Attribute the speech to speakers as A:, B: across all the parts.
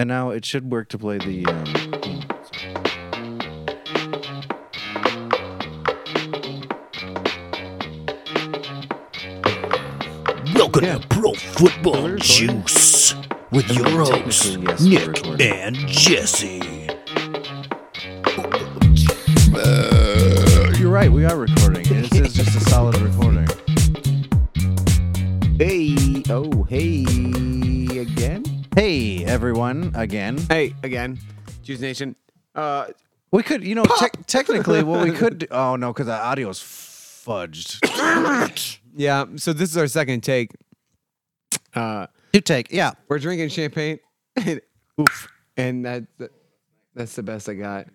A: And now it should work to play the. Um,
B: Welcome
A: Yeah.
B: to Pro Football
A: Colors,
B: Juice with your
A: technically,
B: hosts,
A: yes, we're
B: Nick
A: recording.
B: and Jesse.
A: you're right, we are recording. It is just a solid recording.
C: Hey, oh, hey, again?
A: Hey, everyone, again.
C: Hey, again. Juice Nation. Uh,
A: We could, you know, tec- technically, what we could do. Oh, no, because the audio is fudged.
C: yeah, so this is our second take. Uh,
A: Two take, yeah.
C: we're drinking champagne. And, oof. And that, that- that's the best I got.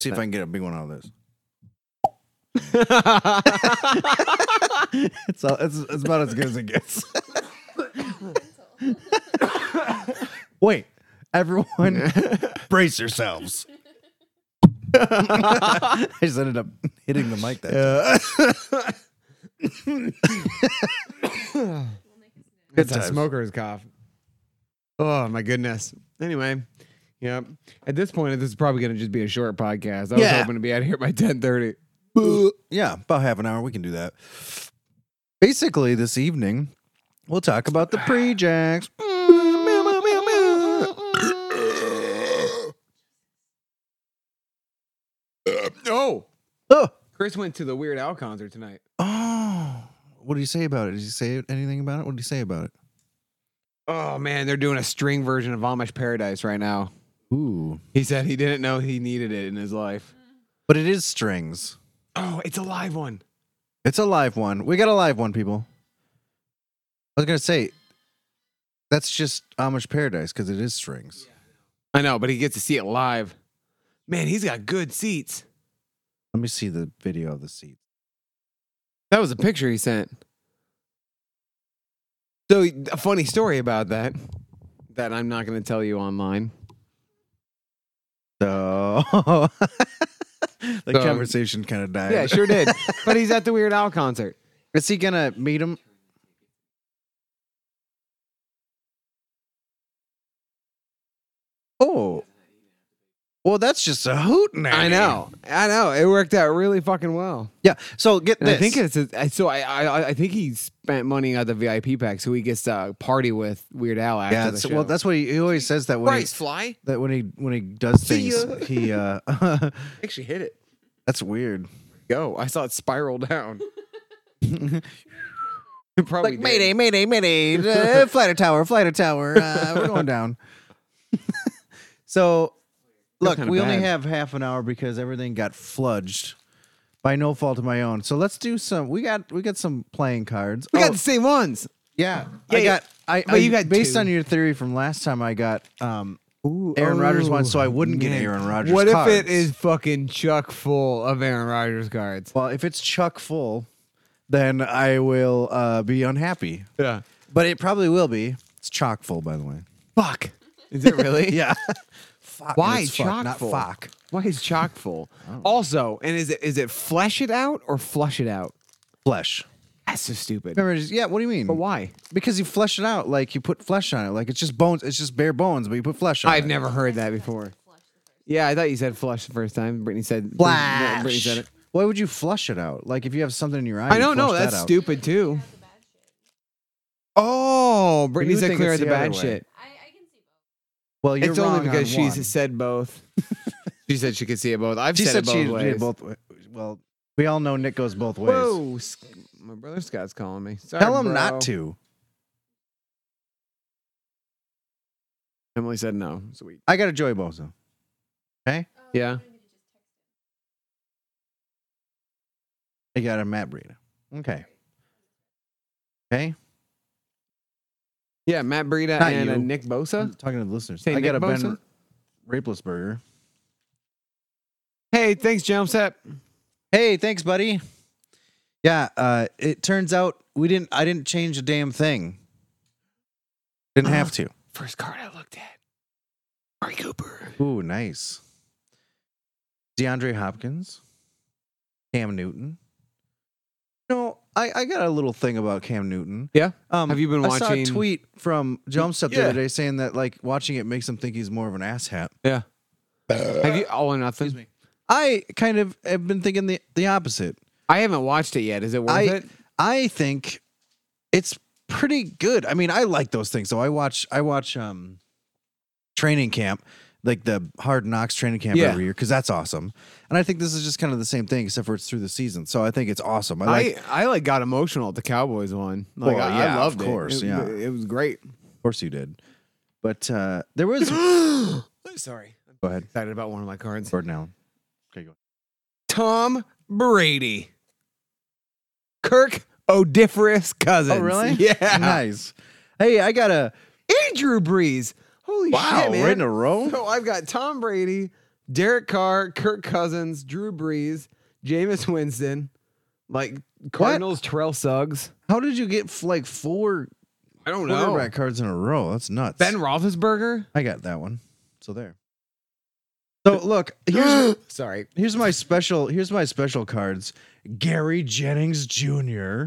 A: See if I can get a big one out of this. It's, all, it's, it's about as good as it gets. Wait, everyone, brace yourselves. I just ended up hitting the mic that time.
C: It's a
A: times.
C: smoker's cough. Oh, my goodness. Anyway, yeah. At this point, this is probably going to just be a short podcast. I was
A: Yeah.
C: hoping to be out of here by 10.30.
A: Yeah, about half an hour. We can do that. Basically, this evening, we'll talk about the prejacks.
C: Oh,
A: Oh,
C: Chris went to the Weird Al concert tonight.
A: oh. What did he say about it? Did he say anything about it? What did he say about it?
C: Oh man, they're doing a string version of Amish Paradise right now.
A: Ooh.
C: He said he didn't know he needed it in his life.
A: But it is strings.
C: Oh, it's a live one.
A: It's a live one. We got a live one, people. I was gonna say, that's just Amish Paradise because it is strings.
C: I know, but he gets to see it live. Man, he's got good seats.
A: Let me see the video of the seat.
C: That was a picture he sent. So, a funny story about that that I'm not going to tell you online.
A: So the
C: So-
A: conversation kind of died.
C: Yeah, sure did. but he's at the Weird Al concert.
A: Is he gonna meet him? Oh, well, that's just a hoot now.
C: I know. I know. It worked out really fucking well.
A: Yeah. So get
C: And
A: this.
C: I think it's a, I- so. I, I I think he spent money on the VIP pack, so he gets to party with Weird Al after
A: yeah.
C: the
A: it's-
C: show.
A: well, that's what he, he always says that when he-
C: Bryce Fly
A: that when he when he does
C: See
A: things
C: ya.
A: he uh
C: actually hit it.
A: that's weird
C: Go! I saw it spiral down. It probably
A: like
C: did.
A: mayday mayday mayday uh, flight of tower flight of tower uh, we're going down so
C: Feels
A: look
C: kinda
A: we only
C: bad.
A: have half an hour because everything got fludged by no fault of my own so let's do some we got we got some playing cards
C: We
A: Oh,
C: got the same ones.
A: yeah,
C: Yeah,
A: i
C: yeah.
A: got i,
C: But
A: I-
C: you got
A: based
C: two.
A: on your theory from last time i got um
C: Ooh,
A: Aaron Rodgers won,
C: oh,
A: so I wouldn't get Aaron Rodgers
C: What
A: cards.
C: if it is fucking chuck full of Aaron Rodgers cards?
A: well if it's chuck full then i will uh be unhappy
C: Yeah.
A: But it probably will be. It's chock full, by the way.
C: Fuck. Is it really?
A: Yeah. Fuck,
C: Why
A: it's fuck,
C: chock
A: not
C: full?
A: fuck. Oh.
C: Why is chock full? Also, and is it is it flesh it out or flush it out?
A: Flesh.
C: That's so stupid.
A: Remember, just- yeah, what do you mean?
C: But why?
A: Because you flesh it out, like you put flesh on it. Like it's just bones, it's just bare bones, but you put flesh on it.
C: I've never heard that before. Yeah, I thought you said flush the first time. Brittany said
A: Flash.
C: Brittany said it.
A: Why would you flush it out? Like if you have something in your eye,
C: I
A: you
C: don't know.
A: flush that
C: That's
A: out.
C: stupid too. Oh, Brittany
A: would
C: said
A: think
C: clear
A: it's
C: the
A: the other
C: bad
A: way.
C: shit.
A: Well, you're
C: it's
A: wrong
C: only because
A: on
C: she's
A: one.
C: said both. she said she could see it both. I've
A: she said
C: said, it both
A: she
C: ways.
A: did both. wa- Well, we all know Nick goes both ways.
C: Whoa, S- my brother Scott's calling me. Sorry,
A: Tell him
C: bro.
A: not to.
C: Emily said no. Sweet.
A: I got a Joy Bozo.
C: Yeah.
A: I got a Matt Breida. Okay. Okay.
C: Yeah, Matt Breida
A: Not
C: and uh,
A: you.
C: Nick Bosa.
A: I'm talking to the listeners.
C: Say
A: I got
C: Nick
A: a
C: Bosa?
A: Ben Raplesberger.
C: Hey, thanks, Jump Set.
A: Hey, thanks, buddy. Yeah, uh, it turns out we didn't. I didn't change a damn thing. Didn't have to.
C: First card I looked at. Mari Cooper.
A: Ooh, nice. DeAndre Hopkins, Cam Newton. No, I, I got a little thing about Cam Newton.
C: Yeah.
A: Um,
C: Have you been
A: I saw a
C: watching-
A: tweet from Jumpstep the
C: Yeah.
A: other day saying that like watching it makes him think he's more of an asshat.
C: Yeah. Have you all or nothing?
A: I kind of have been thinking the, the opposite.
C: I haven't watched it yet. Is it worth
A: I
C: it?
A: I think it's pretty good. I mean, I like those things. So I watch I watch um training camp, like the Hard Knocks training camp
C: Yeah.
A: every year because that's awesome. And I think this is just kind of the same thing except for it's through the season. So I think it's awesome. I like
C: I, I like got emotional at the Cowboys one. Like
A: Well,
C: I,
A: yeah,
C: I
A: of
C: loved it.
A: course,
C: it.
A: yeah.
C: it was great.
A: of course you did. But uh there was go
C: Sorry,
A: ahead.
C: excited about one of my cards.
A: Jordan Allen. Okay, go.
C: Tom Brady, Kirk Odiferous cousins.
A: Oh really?
C: Yeah.
A: Nice. Hey, I got a
C: Andrew Breeze. Holy shit, man!
A: right in a row.
C: So I've got Tom Brady, Derek Carr, Kirk Cousins, Drew Brees, Jameis Winston, like Cardinals, Terrell Suggs.
A: How did you get like four
C: I don't
A: quarterback cards in a row? That's nuts.
C: Ben Roethlisberger.
A: I got that one. So there. So look, here's
C: Sorry.
A: here's my special here's my special cards. Gary Jennings Jr.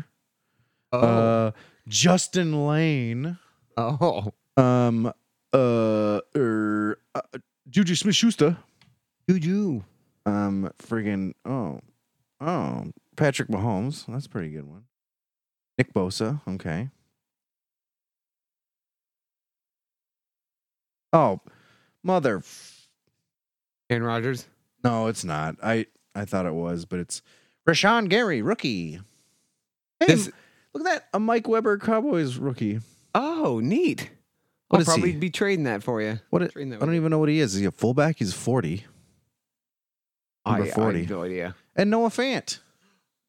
A: Uh Justin Lane.
C: oh.
A: Um uh, er, uh Juju Smith Schuster.
C: Juju.
A: Um friggin' oh oh Patrick Mahomes. That's a pretty good one. Nick Bosa, okay. Oh mother
C: Aaron Rodgers.
A: No, it's not. I I thought it was, but it's Rashawn Gary, rookie. Hey,
C: This-
A: look at that. A Mike Weber Cowboys rookie.
C: Oh, neat.
A: What
C: I'll
A: is he?
C: probably be trading that for you.
A: What it,
C: Trading
A: I
C: that
A: don't even know what he is. Is he a fullback? He's 40. Number
C: I, I
A: 40.
C: have no idea.
A: And Noah Fant.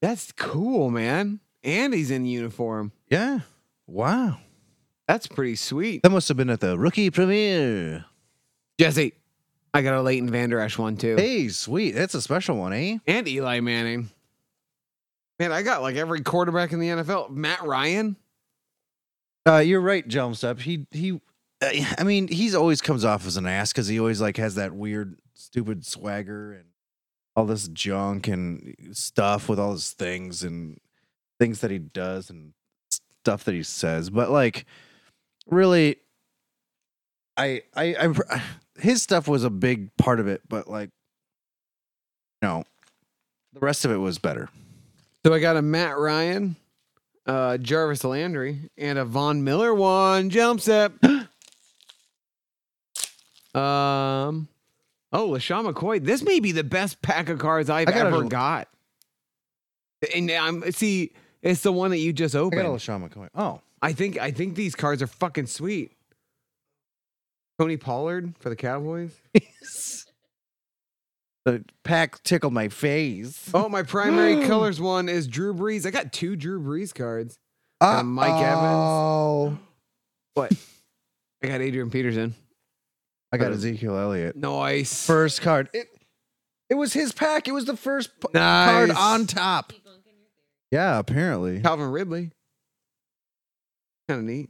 C: That's cool, man. And he's in uniform.
A: Yeah. Wow.
C: That's pretty sweet.
A: That must have been at the rookie premiere.
C: Jesse, I got a Leighton Vander Esch one too.
A: Hey, sweet. That's a special one, eh?
C: and Eli Manning. Man, I got like every quarterback in the NFL. Matt Ryan.
A: Uh, you're right, jumps up. He he uh, I I mean, he's always comes off as an ass cuz he always like has that weird stupid swagger and all this junk and stuff with all his things and things that he does and stuff that he says. But like really I I I his stuff was a big part of it, but like no. The rest of it was better.
C: So I got a Matt Ryan, uh, Jarvis Landry, and a Von Miller one. Jump set. um, oh, LaShawn McCoy. This may be the best pack of cards I've
A: I got a-
C: ever got. And I'm see, it's the one that you just
A: I got a
C: opened.
A: LaShawn McCoy. Oh,
C: I think I think these cards are fucking sweet. Tony Pollard for the Cowboys.
A: the pack tickled my face.
C: Oh, my primary colors one is Drew Brees. I got two Drew Brees cards. Uh, Mike Evans.
A: Oh,
C: What? I got Adrian Peterson.
A: I got Ezekiel Elliott.
C: Nice.
A: First card. It, it was his pack. It was the first p-
C: Nice.
A: card on top. Yeah, apparently.
C: Calvin Ridley. Kind of neat.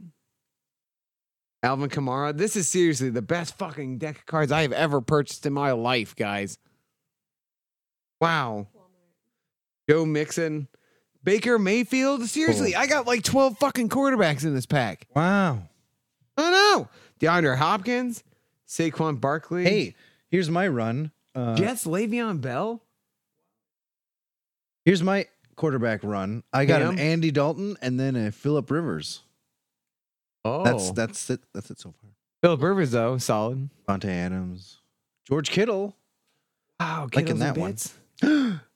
C: Alvin Kamara. This is seriously the best fucking deck of cards I have ever purchased in my life, guys. Wow. Joe Mixon. Baker Mayfield. Seriously, I got like 12 fucking quarterbacks in this pack.
A: Wow.
C: Oh no. DeAndre Hopkins, Saquon Barkley.
A: Hey, here's my run. Uh,
C: Jets Le'Veon Bell.
A: Here's my quarterback run. I got an
C: Cam?
A: Andy Dalton and then a Philip Rivers.
C: Oh,
A: That's that's it. That's it so far.
C: Philip Rivers though solid.
A: Monte Adams, George Kittle,
C: Wow,
A: Like in that one.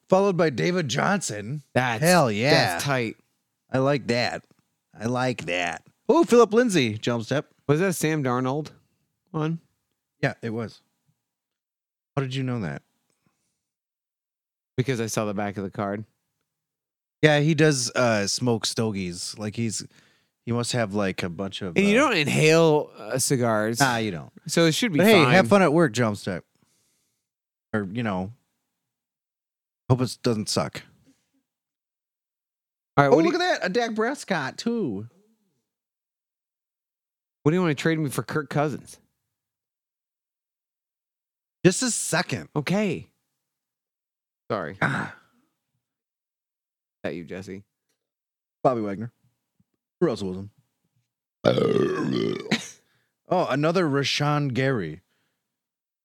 A: followed by David Johnson.
C: That's
A: Hell yeah.
C: that's tight.
A: I like that. I like that. Oh, Philip Lindsay, jump step.
C: Was that a Sam Darnold one?
A: Yeah, it was. How did you know that?
C: Because I saw the back of the card.
A: Yeah, he does uh smoke stogies. Like he's he must have like a bunch of
C: And you
A: uh,
C: don't inhale uh, cigars,
A: Nah, you don't.
C: so it should be
A: But hey,
C: fine.
A: have fun at work, Jumpstep. Or you know. Hope it doesn't suck.
C: All right,
A: Oh,
C: what, do
A: look
C: you,
A: at that. A Dak Prescott too.
C: what do you want to trade me for Kirk Cousins?
A: Just a second.
C: Okay. Sorry,
A: Ah,
C: that you Jesse.
A: Bobby Wagner, Russell Wilson. Oh, another Rashawn Gary.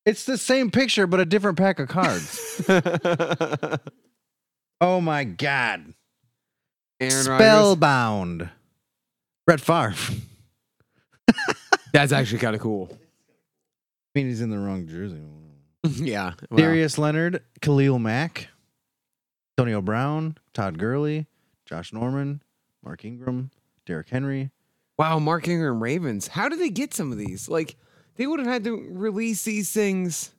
A: It's the same picture, but a different pack of cards.
C: Aaron
A: oh my God.
C: Rodgers.
A: Spellbound. Brett Favre. I
C: That's actually kind of cool.
A: mean, he's in the wrong jersey.
C: yeah. wow.
A: Darius Leonard, Khalil Mack, Antonio Brown, Todd Gurley, Josh Norman, Mark Ingram, Derrick Henry.
C: Wow, Mark Ingram Ravens. How did they get some of these? Like they would have had to release these things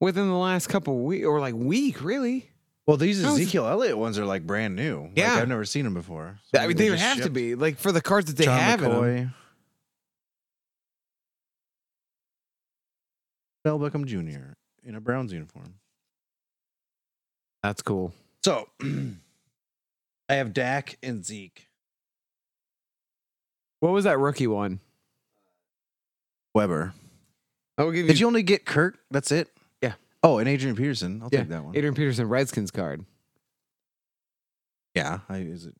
C: within the last couple week or like week, really.
A: Well, these
C: How's-
A: Ezekiel Elliott ones are like brand new. Like,
C: Yeah.
A: I've never seen them before.
C: I mean, they would have to be like for the cards that they
A: John
C: have. in 'em.
A: McCoy. Bell Beckham Jr. in a Browns uniform.
C: That's cool.
A: So I have Dak and Zeke.
C: What was that rookie one?
A: Weber.
C: I will give you,
A: Did you only get Kirk? That's it?
C: Mm. Yeah.
A: Oh, and Adrian Peterson. I'll
C: Yeah,
A: take that one.
C: Adrian Peterson Redskins card.
A: yeah. I, is it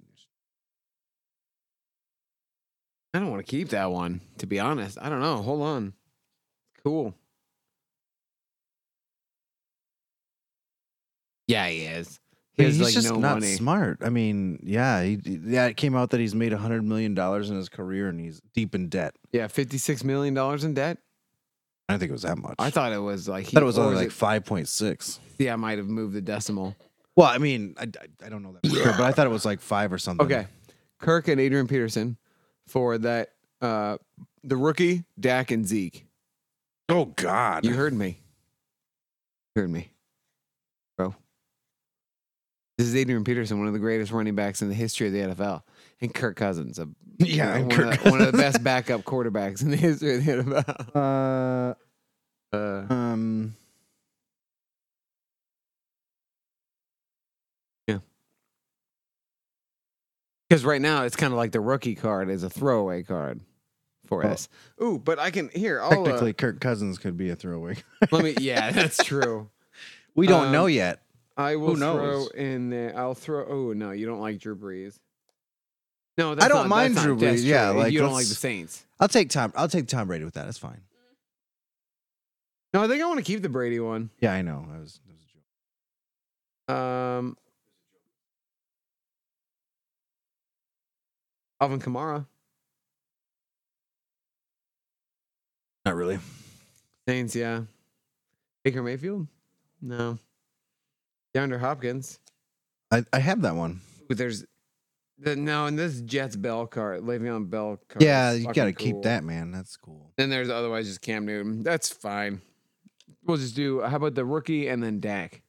C: I don't want to keep that one, to be honest. I don't know. Hold on. Cool. Yeah, he is. He
A: He's
C: has like
A: just
C: no
A: not
C: money.
A: smart. I mean, yeah, he, yeah. It came out that he's made hundred million dollars in his career and he's deep in debt.
C: Yeah, fifty-six million dollars in debt.
A: I don't think it was that much.
C: I thought it was like
A: I thought it was
C: or
A: only
C: was
A: like
C: it-
A: five point six.
C: yeah, I might have moved the decimal.
A: Well, I mean, I, I, I don't know that for sure, but I thought it was like five or something.
C: Okay, Kirk and Adrian Peterson for that. Uh, the rookie Dak and Zeke.
A: Oh God.
C: You heard me. You heard me, bro. This is Adrian Peterson, one of the greatest running backs in the history of the NFL, and Kirk Cousins, a,
A: yeah.
C: one,
A: and
C: of
A: Kirk
C: the, one of the
A: Cousins.
C: best backup quarterbacks in the history of the NFL.
A: Uh,
C: Uh,
A: um.
C: Because right now it's kind of like the rookie card is a throwaway card for
A: Oh.
C: us. Ooh, but I can here. I'll, uh,
A: Technically, Kirk Cousins could be a throwaway.
C: let me. Yeah, that's true.
A: We don't
C: Um,
A: know yet.
C: I will
A: Who knows?
C: throw in there. I'll throw. Oh no, you don't like Drew Brees. No,
A: don't
C: not-
A: mind
C: not-
A: Drew
C: that's
A: Brees, yeah,
C: true.
A: like,
C: you don't like
A: let's-
C: the Saints.
A: I'll take Tom. I'll take Tom Brady with that. That's fine.
C: No, I think I want to keep the Brady one.
A: Yeah, I know. I was. That was a joke.
C: Um, Alvin Kamara,
A: Not really.
C: Saints. Yeah, Baker Mayfield. No, DeAndre Hopkins.
A: I, I have that one.
C: Ooh, there's the no, and this Jets Bell card, Le'Veon Bell card.
A: Yeah,
C: is
A: you
C: fucking
A: got to
C: cool.
A: keep that, man. That's cool.
C: Then there's otherwise just Cam Newton. That's fine. We'll just do. How about the rookie and then Dak?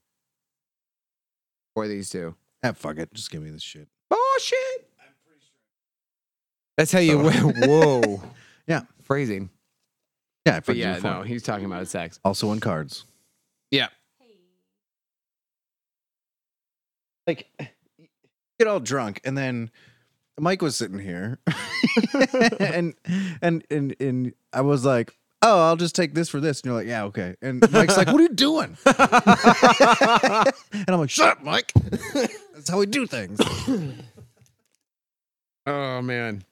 C: Or these two.
A: Ah, fuck it. Just give me this shit.
C: Bullshit. That's how you. Whoa.
A: Yeah.
C: Phrasing.
A: Yeah, I
C: But
A: fucked you
C: yeah,
A: before.
C: no, he's talking about sex.
A: Also on cards.
C: Yeah.
A: Like, eh, get all drunk, and then Mike was sitting here, and and and and I was like, "Oh, I'll just take this for this," and you're like, "Yeah, okay." And Mike's like, "What are you doing?" and I'm like, "Shut up, Mike." That's how we do things.
C: Oh man.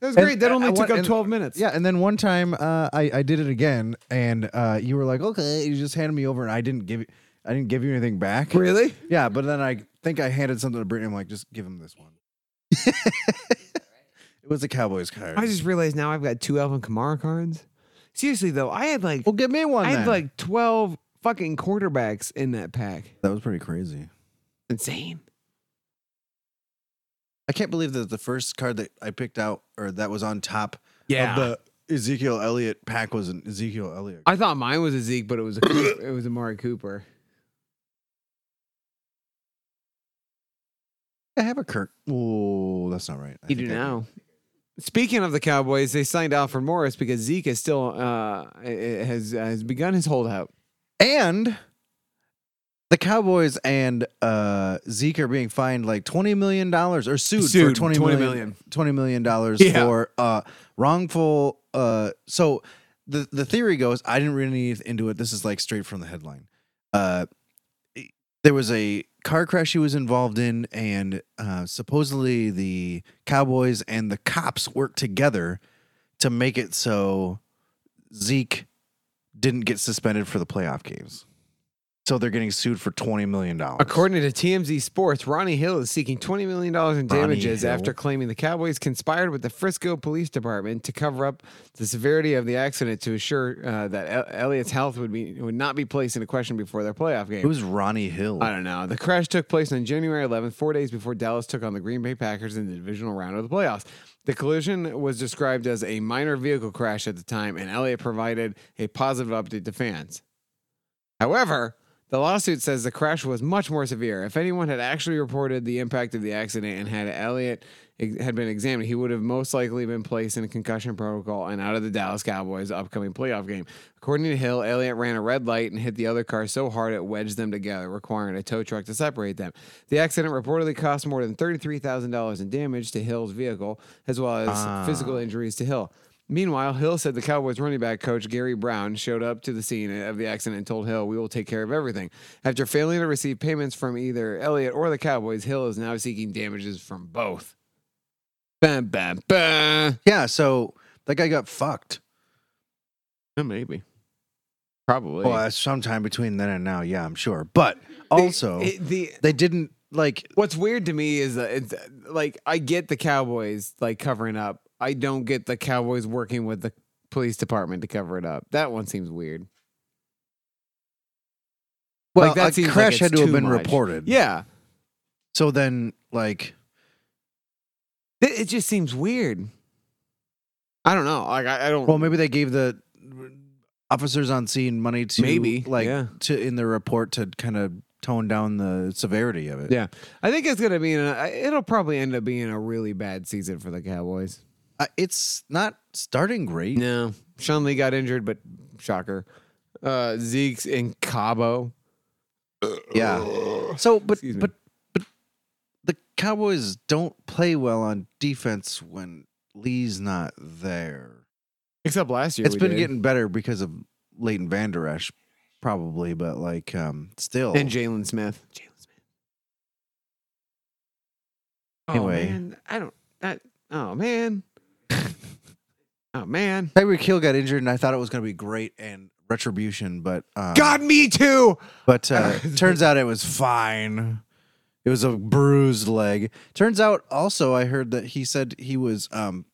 C: That was
A: And
C: great. That
A: I-
C: only
A: I
C: took
A: want-
C: up
A: and-
C: 12 minutes.
A: Yeah, and then one time uh, I I did it again, and uh, you were like, "Okay," you just handed me over, and I didn't give you, I didn't give you anything back.
C: Really?
A: Yeah, but then I think I handed something to Brittany. I'm like, just give him this one. it was a Cowboys card.
C: I just realized now I've got two Alvin Kamara cards. Seriously though, I had like
A: well, give me one.
C: I had
A: then.
C: like 12 fucking quarterbacks in that pack.
A: that was pretty crazy.
C: Insane.
A: I can't believe that the first card that I picked out or that was on top
C: Yeah.
A: of the Ezekiel Elliott pack was an Ezekiel Elliott.
C: I thought mine was a Zeke, but it was a Coop- it was Amari Cooper.
A: I have a Kirk. Oh, that's not right. I
C: You
A: think
C: do
A: I-
C: now. Speaking of the Cowboys, they signed Alfred Morris because Zeke is still uh, has has begun his holdout.
A: And the Cowboys and uh, Zeke are being fined like twenty million dollars or sued,
C: Sued,
A: for 20 million,
C: $20 million.
A: $20 million dollars
C: Yeah.
A: for uh, wrongful. Uh, so the the theory goes, I didn't read any into it. This is like straight from the headline. Uh, there was a car crash he was involved in, and uh, supposedly the Cowboys and the cops worked together to make it so Zeke didn't get suspended for the playoff games. So they're getting sued for twenty million dollars.
C: According to TMZ Sports, Ronnie Hill is seeking $20 million in damages
A: Hill.
C: after claiming the Cowboys conspired with the Frisco Police Department to cover up the severity of the accident to assure uh, that El- Elliott's health would be would not be placed into question before their playoff game.
A: who's Ronnie Hill?
C: I don't know. The crash took place on January 11th, four days before Dallas took on the Green Bay Packers in the divisional round of the playoffs. The collision was described as a minor vehicle crash at the time, and Elliott provided a positive update to fans. However, the lawsuit says the crash was much more severe. If anyone had actually reported the impact of the accident and had Elliott ex- had been examined, he would have most likely been placed in a concussion protocol and out of the Dallas Cowboys upcoming playoff game. According to Hill, Elliott ran a red light and hit the other car so hard it wedged them together, requiring a tow truck to separate them. The accident reportedly cost more than $33,000 in damage to Hill's vehicle, as well as
A: Ah.
C: physical injuries to Hill. Meanwhile, Hill said the Cowboys running back coach Gary Brown showed up to the scene of the accident and told Hill, We will take care of everything. After failing to receive payments from either Elliott or the Cowboys, Hill is now seeking damages from both. Bam, bam, bam.
A: Yeah, so that guy got fucked.
C: maybe. Probably.
A: Well, uh, sometime between then and now, yeah, I'm sure. But also,
C: the, it- the-
A: they didn't like.
C: what's weird to me is that it's like I get the Cowboys like covering up. I don't get the Cowboys working with the police department to cover it up. That one seems weird.
A: Well,
C: that
A: a
C: seems like
A: crash
C: it's
A: had to have
C: too
A: been
C: much.
A: reported.
C: Yeah.
A: So then, like,
C: It, it just seems weird. I don't know. Like I, I don't.
A: well, maybe they gave the officers on scene money to
C: Maybe,
A: like,
C: yeah.
A: to in the report to kind of tone down the severity of it.
C: yeah, I think it's gonna be. An, I- it'll probably end up being a really bad season for the Cowboys.
A: Uh, it's not starting great.
C: No, Sean Lee got injured, but shocker, uh, Zeke's in Cabo.
A: Yeah. So, but
C: Excuse me.
A: but but the Cowboys don't play well on defense when Lee's not there.
C: Except last year,
A: It's
C: we
A: been
C: did.
A: getting better because of Leighton Vander Esch, probably, but like um still
C: and Jalen Smith. Jalen Smith.
A: Anyway.
C: oh, man. I don't. That, oh man. oh man.
A: Tyreek Hill got injured and I thought it was gonna be great and retribution, but um,
C: God, me too.
A: but uh, turns out it was fine. It was a bruised leg. Turns out also I heard that he said he was um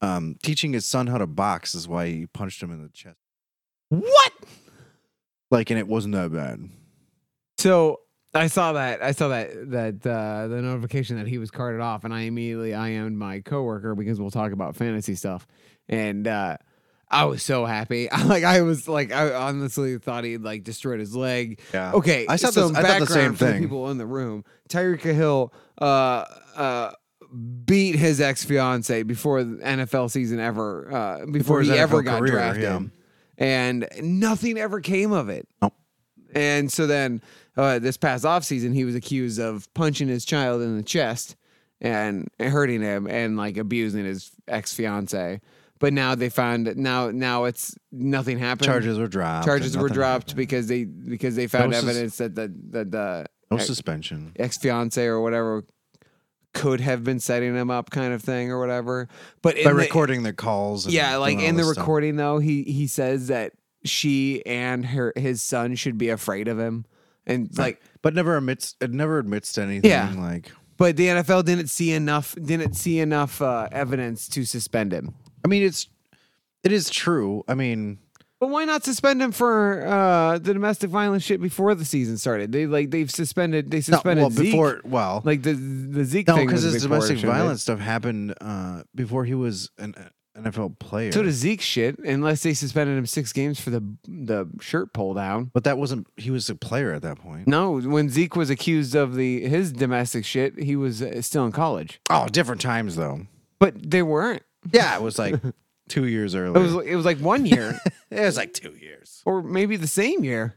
A: um teaching his son how to box is why he punched him in the chest.
C: What?
A: Like and it wasn't that bad.
C: So I saw that I saw that that uh, the notification that he was carted off, and I immediately I owned my coworker because we'll talk about fantasy stuff, and uh, I was so happy. I like I was like I honestly thought he like destroyed his leg.
A: Yeah.
C: Okay,
A: I saw
C: some
A: this- I thought the same
C: background for
A: thing.
C: people in the room, Tyreek Hill uh, uh, beat his ex fiance before the NFL season ever uh, before,
A: Before his
C: he ever
A: NFL
C: got
A: career,
C: drafted,
A: yeah.
C: and nothing ever came of it.
A: Nope.
C: And so then uh, this past offseason, he was accused of punching his child in the chest and hurting him and like abusing his ex fiance. But now they found now now it's nothing happened.
A: Charges were dropped.
C: Charges
A: and
C: were
A: nothing
C: dropped
A: happened.
C: because they because they found
A: No sus-
C: evidence that the that the
A: No suspension.
C: ex fiance or whatever could have been setting him up kind of thing or whatever. But in
A: By
C: the-
A: recording their calls. And
C: yeah, like
A: doing all
C: in the
A: this stuff.
C: recording though, he he says that she and her his son should be afraid of him, and like,
A: but never admits it never admits to anything
C: Yeah.
A: like
C: but the NFL didn't see enough didn't see enough uh, evidence to suspend him.
A: I mean it's it is true. I mean
C: But why not suspend him for uh, the domestic violence shit before the season started? They like they've suspended they
A: not-
C: suspended
A: well
C: Zeke.
A: before well
C: like the the Zeke
A: No,
C: thing
A: because
C: was a
A: his
C: big part of
A: domestic
C: it, right?
A: violence stuff happened uh, before he was an uh, NFL player.
C: So does Zeke shit, unless they suspended him six games for the the shirt pull down.
A: but that wasn't. He was a player at that point.
C: No, when Zeke was accused of the his domestic shit, he was uh, still in college.
A: Oh, different times though.
C: But they weren't.
A: Yeah, it was like two years
C: It
A: earlier.
C: was it was like one year
A: like two years.
C: or maybe the same year.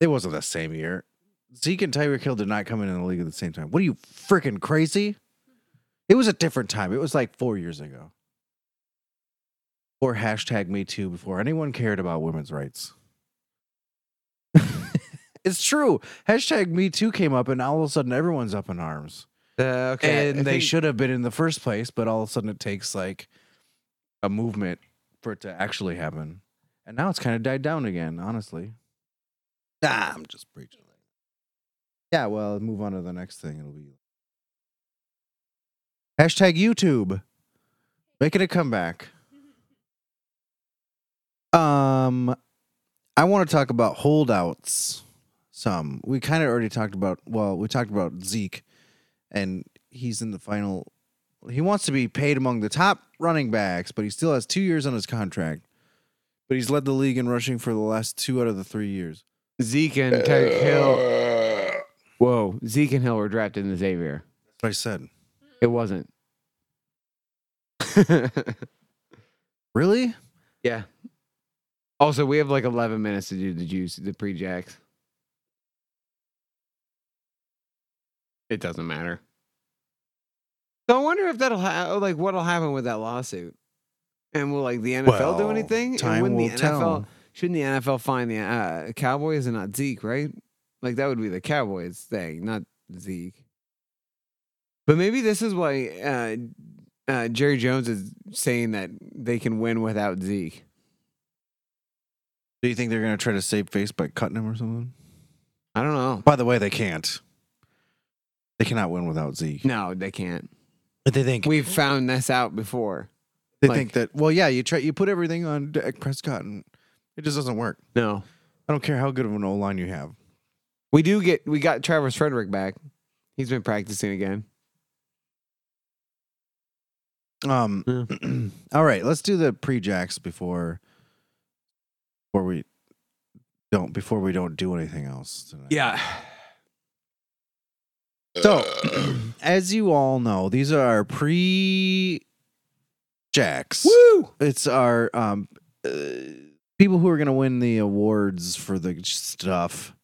A: It wasn't the same year. Zeke and Tyreek Hill did not come into the league at the same time. What are you freaking crazy? It was a different time. It was like four years ago. Or hashtag Me Too before anyone cared about women's rights. It's true. Hashtag Me Too came up, and all of a sudden everyone's up in arms.
C: Uh, okay,
A: and
C: I
A: they
C: think-
A: should have been in the first place, but all of a sudden it takes like a movement for it to actually happen. And now it's kind of died down again, honestly. Nah, I'm just preaching. Yeah, well, move on to the next thing. It'll be hashtag YouTube making a comeback. Um, I want to talk about holdouts. Some we kind of already talked about. Well, we talked about Zeke, and he's in the final. He wants to be paid among the top running backs, but he still has two years on his contract. But he's led the league in rushing for the last two out of the three years.
C: Zeke and Tyreek Hill. Whoa, Zeke and Hill were drafted in the Xavier.
A: That's what I said.
C: It wasn't.
A: Really?
C: yeah. Also, we have like 11 minutes to do the juice, the pre jacks. It doesn't matter. So I wonder if that'll ha- like what'll happen with that lawsuit, and will like the NFL do
A: Well,
C: anything?
A: Time
C: and wouldn't
A: will
C: the
A: tell.
C: NFL shouldn't the NFL find the uh, Cowboys and not Zeke, right? Like that would be the Cowboys thing, not Zeke. But maybe this is why uh, uh, Jerry Jones is saying that they can win without Zeke.
A: Do you think they're gonna try to save face by cutting him or something?
C: I don't know.
A: By the way, they can't. They cannot win without Zeke.
C: No, they can't.
A: But they think
C: We've found this out before.
A: they
C: like-
A: think that well, yeah, you try you put everything on Dak Prescott and it just doesn't work.
C: No,
A: I don't care how good of an O line you have.
C: we do get we got Travis Frederick back. He's been practicing again.
A: Um all right, let's do the pre jacks before before we don't before we don't do anything else tonight.
C: Yeah.
A: So, as you all know, these are our pre jacks.
C: Woo!
A: it's our um uh, people who are going to win the awards for the stuff.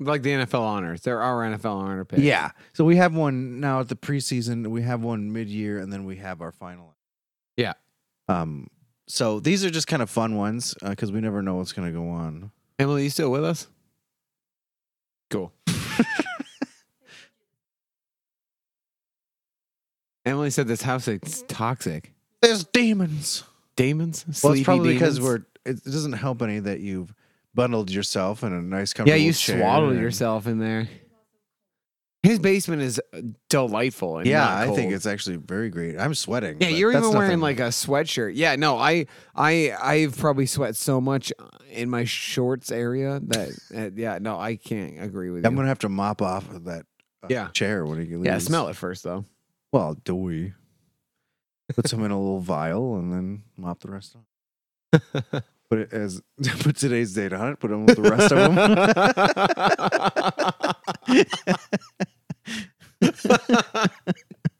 C: Like the NFL honors. There are NFL honor picks.
A: Yeah. So we have one now at the preseason, we have one mid-year and then we have our final.
C: Yeah.
A: Um so these are just kind of fun ones uh, cuz we never know what's going to go on.
C: Emily, you still with us? Cool. Emily said this house is toxic.
A: There's demons.
C: Demons?
A: Well,
C: Sleepy
A: it's probably because
C: demons?
A: we're it doesn't help any that you've bundled yourself in a nice
C: Yeah,
A: comfortable
C: you
A: chair
C: swaddled
A: and-
C: yourself in there. His basement is uh, delightful. And
A: Yeah,
C: not
A: I think
C: cold.
A: it's actually very great. I'm sweating.
C: Yeah,
A: but
C: you're
A: that's
C: even wearing
A: nothing.
C: like a sweatshirt. Yeah, no, I I I've probably sweat so much uh, in my shorts area that uh, yeah, no, I can't agree with
A: I'm
C: you.
A: gonna have to mop off of that uh,
C: Yeah.
A: chair when you leaves.
C: yeah, smell it first though.
A: Well, do we put some in a little vial and then mop the rest off? Put it as put today's date on it. Put on with the rest of them.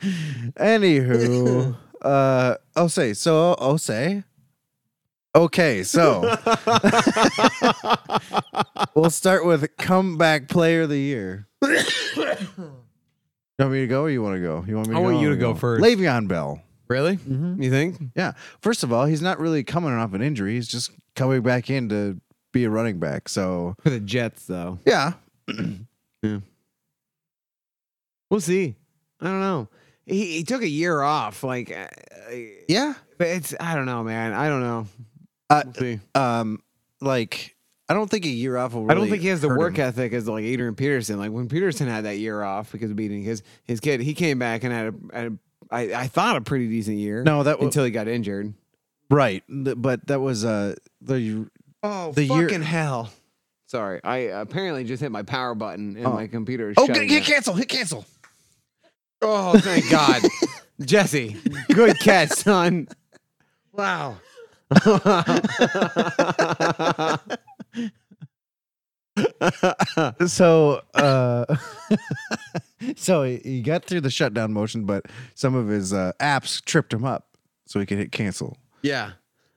A: Anywho, uh, I'll say so. I'll say. Okay, so we'll start with comeback player of the year. You want me to go, or you want to go? You want me? To
C: I want
A: go?
C: you
A: or
C: to go first.
A: Le'Veon Bell.
C: Really? You think?
A: Yeah. First of all, he's not really coming off an injury. He's just coming back in to be a running back. So
C: For the Jets though.
A: yeah,
C: We'll see. I don't know. He, he took a year off like uh,
A: yeah.
C: but it's I don't know, man. I don't know.
A: Uh,
C: We'll see.
A: Um, like I don't think a year off will. Really
C: I don't think he has the
A: hurt
C: work
A: him.
C: ethic as like Adrian Peterson. Like when Peterson had that year off because of beating his his kid, he came back and had a, had a I, I thought a pretty decent year.
A: No, that was
C: until he got injured.
A: right, Th- but that was uh the
C: Oh,
A: The year- fucking
C: hell! Sorry, I apparently just hit my power button and
A: Oh.
C: my computer. Is
A: oh
C: shutting
A: hit, hit
C: down.
A: cancel hit cancel.
C: Oh, thank God, Jesse, good catch, son. Wow.
A: So uh, so he, he got through the shutdown motion, but some of his uh, apps tripped him up, so he could hit cancel.
C: yeah,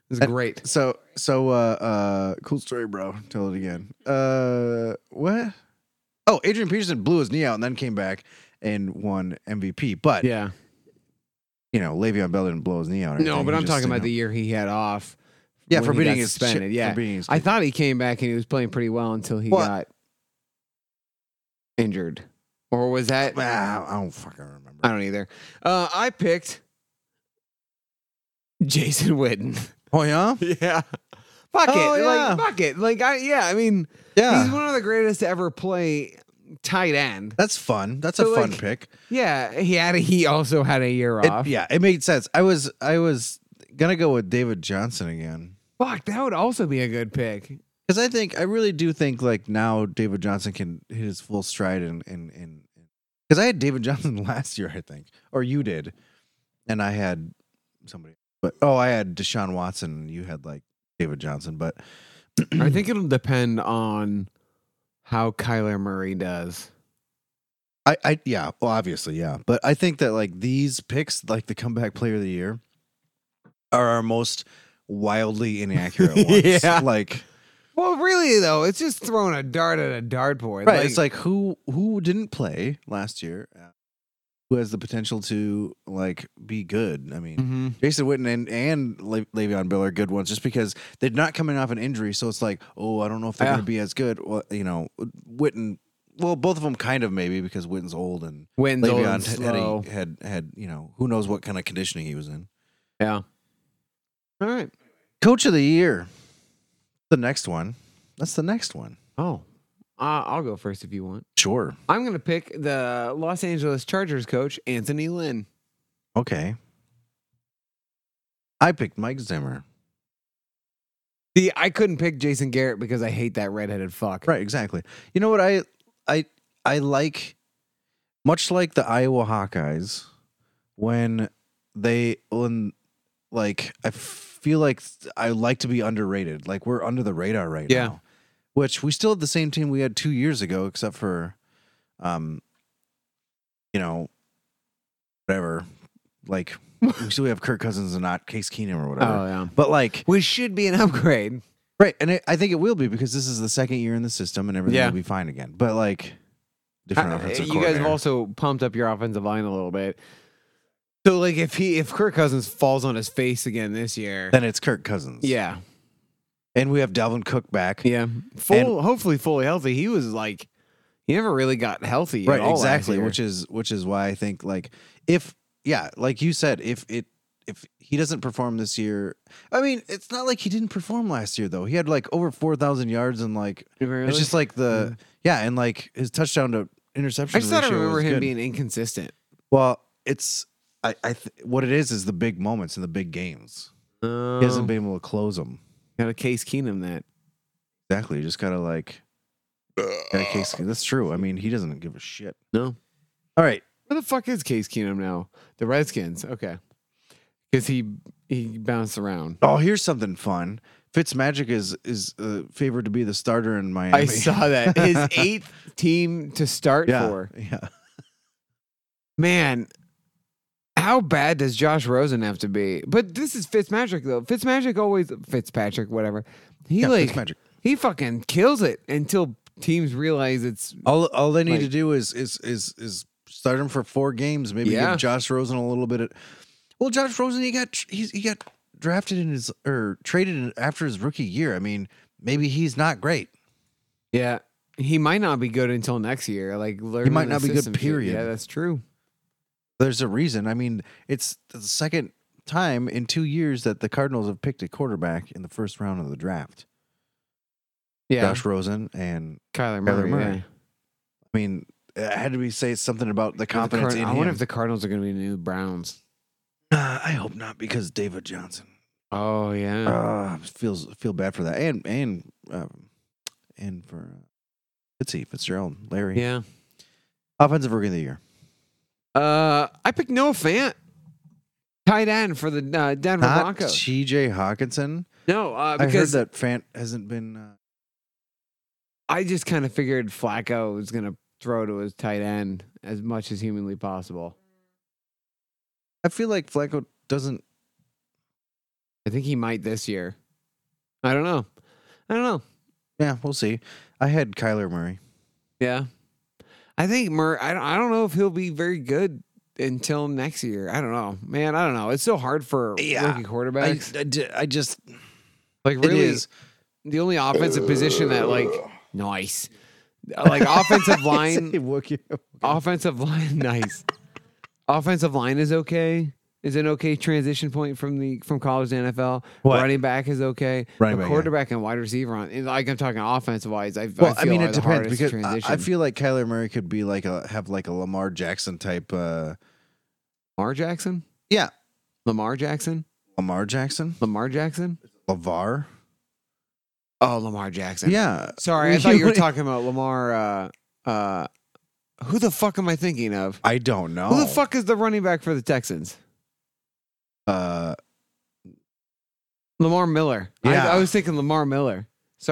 C: it's great.
A: So so uh uh cool story, bro. Tell it again. Uh what? Oh, Adrian Peterson blew his knee out and then came back and won MVP. But
C: Yeah.
A: you know, Le'Veon Bell didn't blow his knee out. or
C: No,
A: anything.
C: but
A: He
C: I'm
A: just,
C: talking
A: you
C: about
A: know-
C: the year he had off.
A: Yeah,
C: when
A: for
C: he
A: beating
C: got
A: his chi-
C: suspended. yeah,
A: for beating his
C: I
A: kid.
C: thought he came back and he was playing pretty well until he
A: Well-
C: got injured, or was that?
A: Ah, I don't fucking remember.
C: I don't either. Uh, I picked Jason Witten.
A: Oh yeah,
C: Yeah. Fuck
A: Oh,
C: it.
A: yeah.
C: Like, fuck it. Like, I, yeah, I mean, he's
A: yeah.
C: one of the greatest to ever play tight end.
A: That's fun. That's
C: So,
A: a fun
C: like,
A: pick.
C: Yeah. He had, a, he also had a year
A: It-
C: off.
A: yeah, it made sense. I was I was gonna go with David Johnson again
C: Fuck, that would also be a good pick.
A: because I think I really do think like now David Johnson can hit his full stride and and and because I had David Johnson last year I think or you did, and I had somebody but oh I had Deshaun Watson and you had like David Johnson but
C: I think it'll depend on how Kyler Murray does.
A: I, I yeah, well obviously, yeah. But I think that like these picks, like the comeback player of the year, are our most wildly inaccurate ones.
C: Yeah.
A: Like
C: Well, really though, it's just throwing a dart at a dartboard.
A: right. it's like who who didn't play last year uh, who has the potential to like be good. I mean
C: Mhm.
A: Jason Witten and, and Le- Le'Veon Bell are good ones just because they're not coming off an injury. So it's like, oh, I don't know if they're
C: Yeah.
A: going to be as good. Well, you know, Witten, well, both of them kind of maybe because Witten's old and
C: Wins old and
A: Le'Veon had, had,
C: slow.
A: a, had had you know who knows what kind of conditioning he was in.
C: Yeah. All right.
A: Coach of the year, the next one. That's the next one.
C: Oh, uh, I'll go first if you want.
A: Sure.
C: I'm going to pick the Los Angeles Chargers coach, Anthony Lynn.
A: Okay. I picked Mike Zimmer.
C: The I couldn't pick Jason Garrett because I hate that redheaded fuck.
A: Right. Exactly. You know what I I I like, much like the Iowa Hawkeyes, when they when like I feel like I like to be underrated. Like we're under the radar right
C: Yeah.
A: now. Which we still have the same team we had two years ago, except for um you know whatever. Like we still have Kirk Cousins and not Case Keenum or whatever.
C: Oh yeah.
A: but like
C: Which should be an upgrade.
A: right, and it, I think it will be because this is the second year in the system and everything
C: Yeah.
A: will be fine again. But like different
C: Uh,
A: offensive
C: you guys have
A: coordinator.
C: also pumped up your offensive line a little bit. So like if he if Kirk Cousins falls on his face again this year,
A: then it's Kirk Cousins.
C: yeah,
A: And we have Dalvin Cook back.
C: yeah, full hopefully fully healthy. He was like he never really got healthy,
A: right exactly which is which is why i think like if yeah like you said if it if he doesn't perform this year i mean it's not like he didn't perform last year though he had like over 4000 yards and like it's just like the yeah and like his touchdown to interception
C: Hmm. I just thought I
A: ratio
C: remember
A: was
C: him
A: good.
C: being inconsistent.
A: well it's i i th- what it is is the big moments and the big games he hasn't been able to close them
C: Um, got a Case Keenum that.
A: exactly you just gotta like gotta case- that's true i mean he doesn't give a shit
C: No.
A: all right
C: Where the fuck is Case Keenum now? The Redskins. Okay. Because he he bounced around.
A: Oh, here's something fun. Fitzmagic is is uh, favored to be the starter in Miami.
C: I saw that. His eighth team to start
A: yeah,
C: for.
A: yeah.
C: Man, how bad does Josh Rosen have to be? But this is Fitzmagic though. Fitzmagic always Fitzpatrick, whatever. He
A: Yeah,
C: like
A: Fitzmagic.
C: he fucking kills it until teams realize it's
A: All all they need
C: Like-
A: to do is is is is start him for four games. Maybe
C: Yeah.
A: give Josh Rosen a little bit of. Well, Josh Rosen, he got tr- he's, he got drafted in his or traded in- after his rookie year. I mean, maybe he's not great.
C: yeah. He might not be good until next year. Like learning
A: might
C: the
A: not be good,
C: system shit.
A: period.
C: Yeah, that's true.
A: There's a reason. I mean, it's the second time in two years that the Cardinals have picked a quarterback in the first round of the draft.
C: Yeah,
A: Josh Rosen and
C: Kyler Murray.
A: Murray.
C: yeah.
A: I mean, it had to be say something about the
C: The
A: confidence
C: Card-
A: in
C: I
A: him.
C: wonder if the Cardinals are going to be the new Browns.
A: Uh, I hope not because David Johnson.
C: Oh yeah,
A: Uh, feels feel bad for that, and and um, and for uh, Fitzy Fitzgerald, Larry,
C: yeah.
A: offensive rookie of the year.
C: Uh, I picked Noah Fant, tight end for the uh, Denver
A: Not
C: Broncos.
A: T.J. Hawkinson.
C: no, uh,
A: I heard
C: because I,
A: that Fant hasn't been. Uh,
C: just kind of figured Flacco was going to throw to his tight end as much as humanly possible.
A: I feel like Flacco doesn't.
C: I think he might this year. I don't know. I don't know.
A: Yeah, we'll see. I had Kyler Murray.
C: Yeah, I think Mur. I don't. I don't know if he'll be very good until next year. I don't know, man. I don't know. It's so hard for
A: Yeah.
C: rookie
A: I,
C: quarterbacks.
A: I, di- I just
C: Like
A: It
C: really,
A: is.
C: the only offensive position that like nice, like offensive line,
A: Say Wookiee.
C: offensive line, nice. offensive line is okay. Is an okay transition point from the from college to NFL.
A: What?
C: Running back is okay.
A: Running
C: The
A: back, yeah.
C: quarterback and wide receiver on and, like I'm talking offensive wise. I,
A: Well,
C: feel
A: I, mean, it
C: are the
A: depends
C: hardest
A: because I-
C: transition.
A: I, feel like Kyler Murray could be like a have like a Lamar Jackson type. uh
C: Lamar Jackson,
A: Yeah,
C: Lamar Jackson,
A: Lamar Jackson,
C: Lamar Jackson.
A: Lavar.
C: Oh, Lamar Jackson.
A: Yeah,
C: Sorry, I thought you were talking about Lamar. Uh, uh, who the fuck am I thinking of?
A: I don't know
C: Who the fuck is the running back for the Texans?
A: Uh,
C: Lamar Miller.
A: Yeah.
C: I, I was thinking Lamar Miller.
A: no,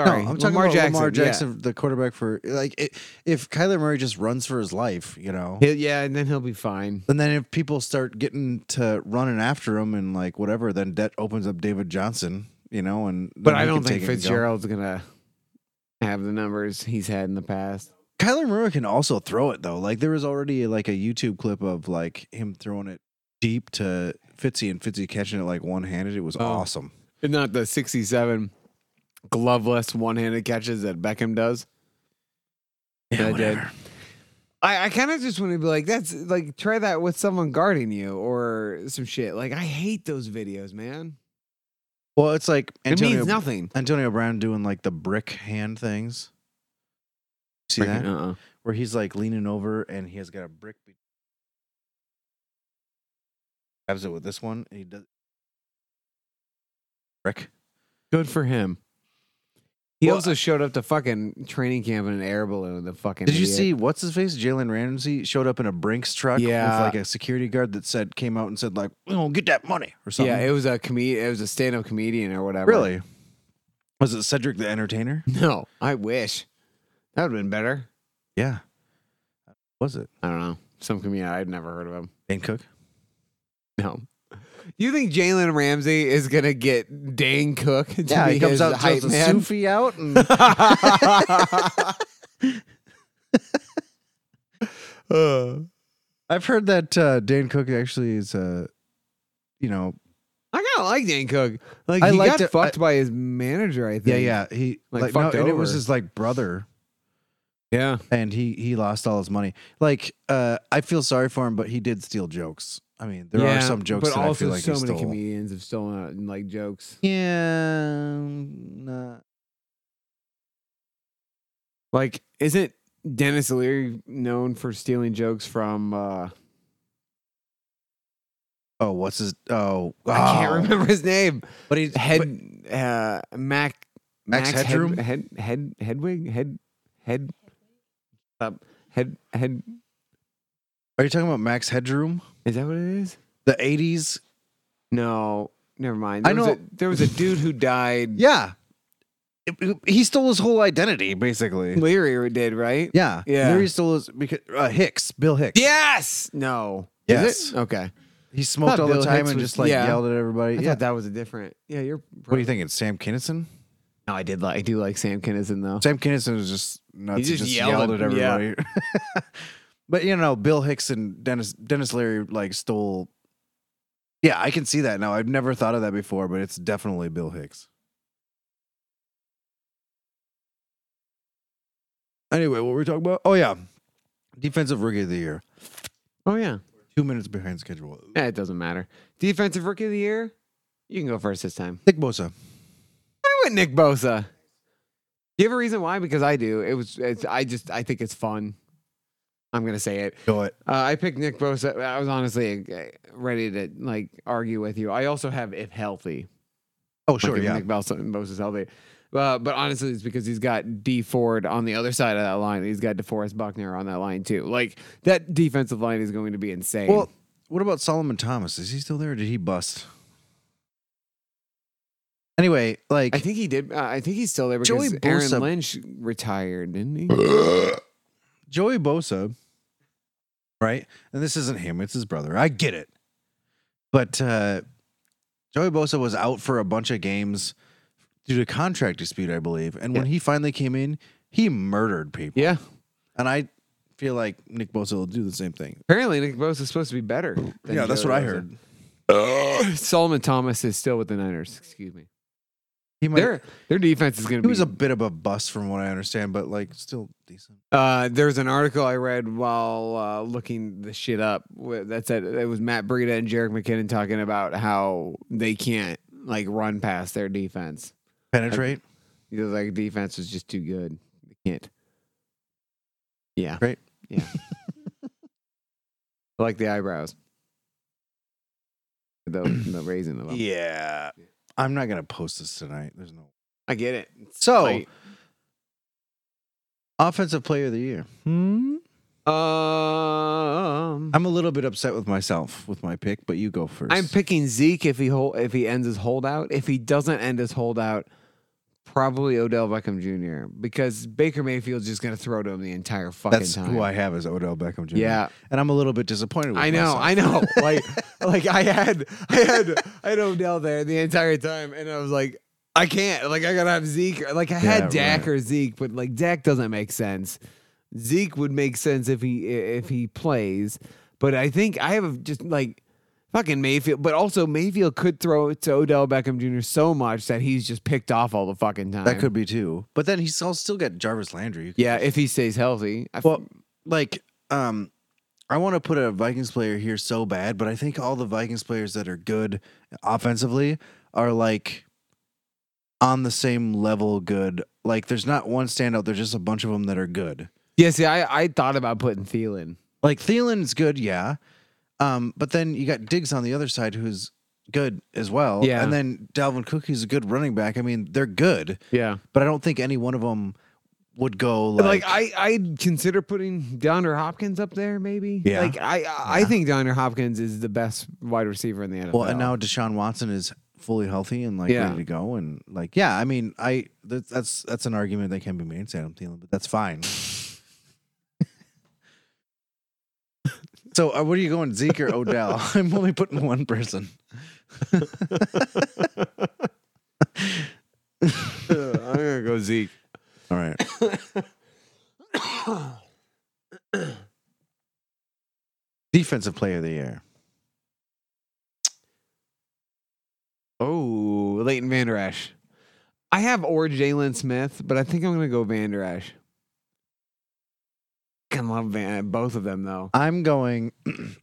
C: Sorry,
A: I'm talking
C: Lamar
A: about
C: Jackson.
A: Lamar
C: yeah.
A: Jackson, the quarterback for like i if Kyler Murray just runs for his life, you know.
C: He'll- yeah, and then he'll be fine.
A: And then if people start getting to running after him and like whatever, then that opens up David Johnson, you know. And
C: But
A: then
C: I
A: he
C: don't
A: can
C: think
A: take it and go.
C: Fitzgerald's gonna have the numbers he's had in the past.
A: Kyler Murray can also throw it though. Like there was already like a YouTube clip of like him throwing it deep to Fitzy and Fitzy catching it like one handed. It was
C: Oh.
A: awesome.
C: And not the sixty-seven gloveless one-handed catches that Beckham does. Yeah, I did.
A: whatever.
C: I, I kind of just want to be like, that's like try that with someone guarding you or some shit. Like I hate those videos, man.
A: Well, it's like
C: it
A: Antonio,
C: means nothing.
A: Antonio Brown doing like the brick hand things. See that?
C: Uh-uh.
A: Where he's like leaning over and he has got a brick. Be- grabs it with this one. And he does brick.
C: Good for him. He
A: Well,
C: also showed up to fucking training camp in an air balloon. The fucking
A: Did you
C: idiot.
A: see what's his face? Jalen Ramsey showed up in a Brinks truck
C: Yeah.
A: with like a security guard that said came out and said like we gonna get that money or something.
C: Yeah, it was a comedian. It was a stand-up comedian or whatever.
A: really was it Cedric the Entertainer?
C: No, I wish that would have been better.
A: Yeah, was it
C: I don't know. Some comedian I'd never heard of him.
A: Dane Cook?
C: No. You think Jalen Ramsey is gonna get Dane Cook to be
A: he comes
C: his
A: out
C: hype
A: throws a
C: man?
A: Sufi out and
C: Uh,
A: I've heard that uh, Dan Cook actually is uh, you know
C: I kind of like Dan Cook. Like
A: I
C: he
A: liked
C: got
A: it-
C: fucked by his manager. I think.
A: yeah yeah he
C: Like,
A: like, no,
C: fucked
A: and it was
C: over.
A: his like brother
C: yeah.
A: and he he lost all his money. Like uh, I feel sorry for him, but he did steal jokes. I mean, there
C: Yeah,
A: are some jokes
C: but
A: that
C: also
A: I feel like
C: so
A: he
C: many
A: stole.
C: comedians have stolen out, like jokes.
A: Yeah, nah.
C: Like, isn't Dennis Leary known for stealing jokes from? uh
A: Oh, what's his? Oh,
C: I can't
A: oh.
C: remember his name.
A: But he's
C: Head uh, Mac
A: Max
C: Head-
A: Headroom?
C: Head Head Headwig Head Head up Head Head.
A: Are you talking about Max Headroom?
C: Is that what it is?
A: The '80s?
C: No, never mind.
A: I
C: There was
A: know-
C: a, there was a dude who died.
A: Yeah. It- it- He stole his whole identity, basically.
C: Leary did right.
A: Yeah.
C: Yeah.
A: Leary stole his because uh, Hicks, Bill Hicks.
C: Yes. No. Is
A: Yes.
C: it? Okay.
A: He smoked
C: Thought
A: all
C: Bill
A: the time
C: Hicks
A: and
C: was-
A: just like
C: yeah.
A: yelled at everybody.
C: I
A: yeah.
C: thought that was a different. Yeah, you're.
A: what do you think? It's Sam Kinison.
C: No, I did like. I do like Sam Kinison though.
A: Sam Kinison was just nuts. He
C: He
A: just,
C: just
A: yelled, at
C: yelled at- yeah.
A: everybody. but you know, Bill Hicks and Dennis Dennis Leary like stole. Yeah, I can see that now. I've never thought of that before, but it's definitely Bill Hicks. Anyway, what were we talking about? Oh yeah, defensive rookie of the year.
C: Oh yeah.
A: Two minutes behind schedule.
C: Yeah, it doesn't matter. Defensive rookie of the year. You can go first this time.
A: Nick Bosa.
C: I went Nick Bosa. Do you have a reason why? Because I do. It was. It's, I just. I think it's fun. I'm gonna say it.
A: Go it.
C: Uh, I picked Nick Bosa. I was honestly uh, ready to like argue with you. I also have if healthy.
A: Oh
C: Like,
A: sure,
C: if
A: yeah.
C: Nick Bosa, Bosa's healthy. Uh, but honestly, it's because he's got D Ford on the other side of that line. He's got DeForest Buckner on that line too. Like that defensive line is going to be insane.
A: Well, what about Solomon Thomas? Is he still there? or Did he bust? Anyway, like
C: I think he did. Uh, I think he's still there
A: Joey
C: because Aaron
A: Bosa-
C: Lynch retired, didn't he?
A: Joey Bosa, right? And this isn't him; it's his brother. I get it, but uh, Joey Bosa was out for a bunch of games due to contract dispute, I believe. And when he finally came in, he murdered people.
C: Yeah.
A: And I feel like Nick Bosa will do the same thing.
C: Apparently, Nick Bosa is supposed to be better. than
A: yeah, that's
C: Joey
A: what I
C: Bosa.
A: heard.
C: Solomon Thomas is still with the Niners. Excuse me.
A: He might.
C: Their their defense is going
A: he
C: to be.
A: was a bit of a bust from what I understand, but like still decent.
C: uh, there's an article I read while uh, looking the shit up. wh- That said, it was Matt Breida and Jarek McKinnon talking about how they can't like run past their defense.
A: Penetrate.
C: He was like defense is just too good. They can't. Yeah.
A: Great.
C: Yeah. I like the eyebrows. The, the raising of them.
A: Yeah. I'm not gonna post this tonight. There's no.
C: I get it.
A: So
C: Like-
A: offensive player of the year. Hmm.
C: Um,
A: I'm a little bit upset with myself with my pick, but you go first.
C: I'm picking Zeke if he hold, if he ends his holdout. If he doesn't end his holdout, probably Odell Beckham Jr. because Baker Mayfield's just gonna throw to him the entire fucking
A: That's
C: time.
A: who I have as Odell Beckham Jr.
C: yeah,
A: and I'm a little bit disappointed. With
C: I know,
A: myself.
C: I know. Like, like I had, I had, I had Odell there the entire time, and I was like, I can't. Like, I gotta have Zeke. Like, I had
A: Yeah,
C: Dak
A: right.
C: or Zeke, but like Dak doesn't make sense. Zeke would make sense if he if he plays, but I think I have a- just like fucking Mayfield. But also Mayfield could throw it to Odell Beckham Jr. so much that he's just picked off all the fucking time.
A: That could be too. But then he's all still got Jarvis Landry. You could-
C: yeah, if he stays healthy. I f-
A: Well, like, um, I want to put a Vikings player here so bad, but I think all the Vikings players that are good offensively are like on the same level good. Like, there's not one standout. There's just a bunch of them that are good.
C: yeah, see, I I thought about putting Thielen.
A: Like Thielen's good, yeah. Um, but then you got Diggs on the other side who's good as well.
C: Yeah.
A: And then Dalvin Cook, who's a good running back. I mean, they're good,
C: Yeah.
A: but I don't think any one of them would go like,
C: like, I I'd consider putting DeAndre Hopkins up there maybe.
A: Yeah.
C: Like I I, I think DeAndre Hopkins is the best wide receiver in the NFL.
A: well, and now Deshaun Watson is fully healthy and like
C: Yeah.
A: ready to go. And like, yeah, I mean, I that's that's, that's an argument that can be made, to Adam Thielen, but that's fine. so, uh, what are you going, Zeke or Odell? I'm only putting one person.
C: I'm gonna go Zeke.
A: All right. Defensive player of the year.
C: Oh, Leighton Vander Esch. I have or Jalen Smith, but I think I'm gonna go Vander Esch. I love Van, both of them though.
A: I'm going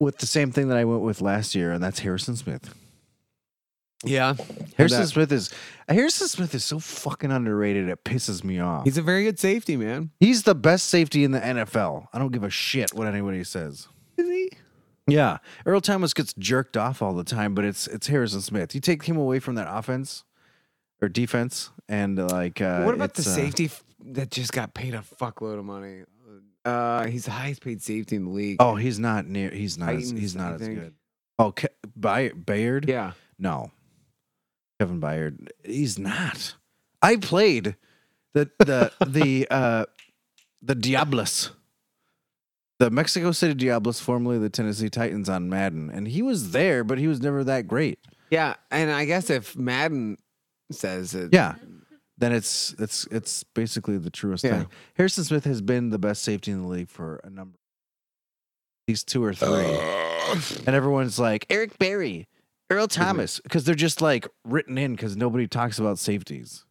A: with the same thing that I went with last year, and that's Harrison Smith.
C: Yeah,
A: Harrison
C: that-
A: Smith is Harrison Smith is so fucking underrated. It pisses me off. He's,
C: he's a very good safety man.
A: the best safety in the NFL. I don't give a shit what anybody says.
C: Is he?
A: Yeah, Earl Thomas gets jerked off all the time, but it's it's Harrison Smith. You take him away from that offense or defense, and like uh,
C: what about the
A: it's, uh,
C: safety f- that just got paid a fuckload of money? Uh, he's the highest paid safety in the league.
A: Oh, he's not near. He's not. As,
C: Titans,
A: he's
C: I
A: not as
C: think.
A: good. Oh, Ke- Bay- Bayard.
C: yeah.
A: No, Kevin Byard. He's not. I played the the the uh the Diablos, the Mexico City Diablos, formerly the Tennessee Titans on Madden, and he was there, but he was never that great.
C: Yeah, and I guess if Madden says it,
A: Yeah. Then it's it's it's basically the truest
C: Yeah.
A: thing. Harrison Smith has been the best safety in the league for a number, at least two or three, and everyone's like Eric Berry, Earl Thomas, because they're just like written in because nobody talks about safeties.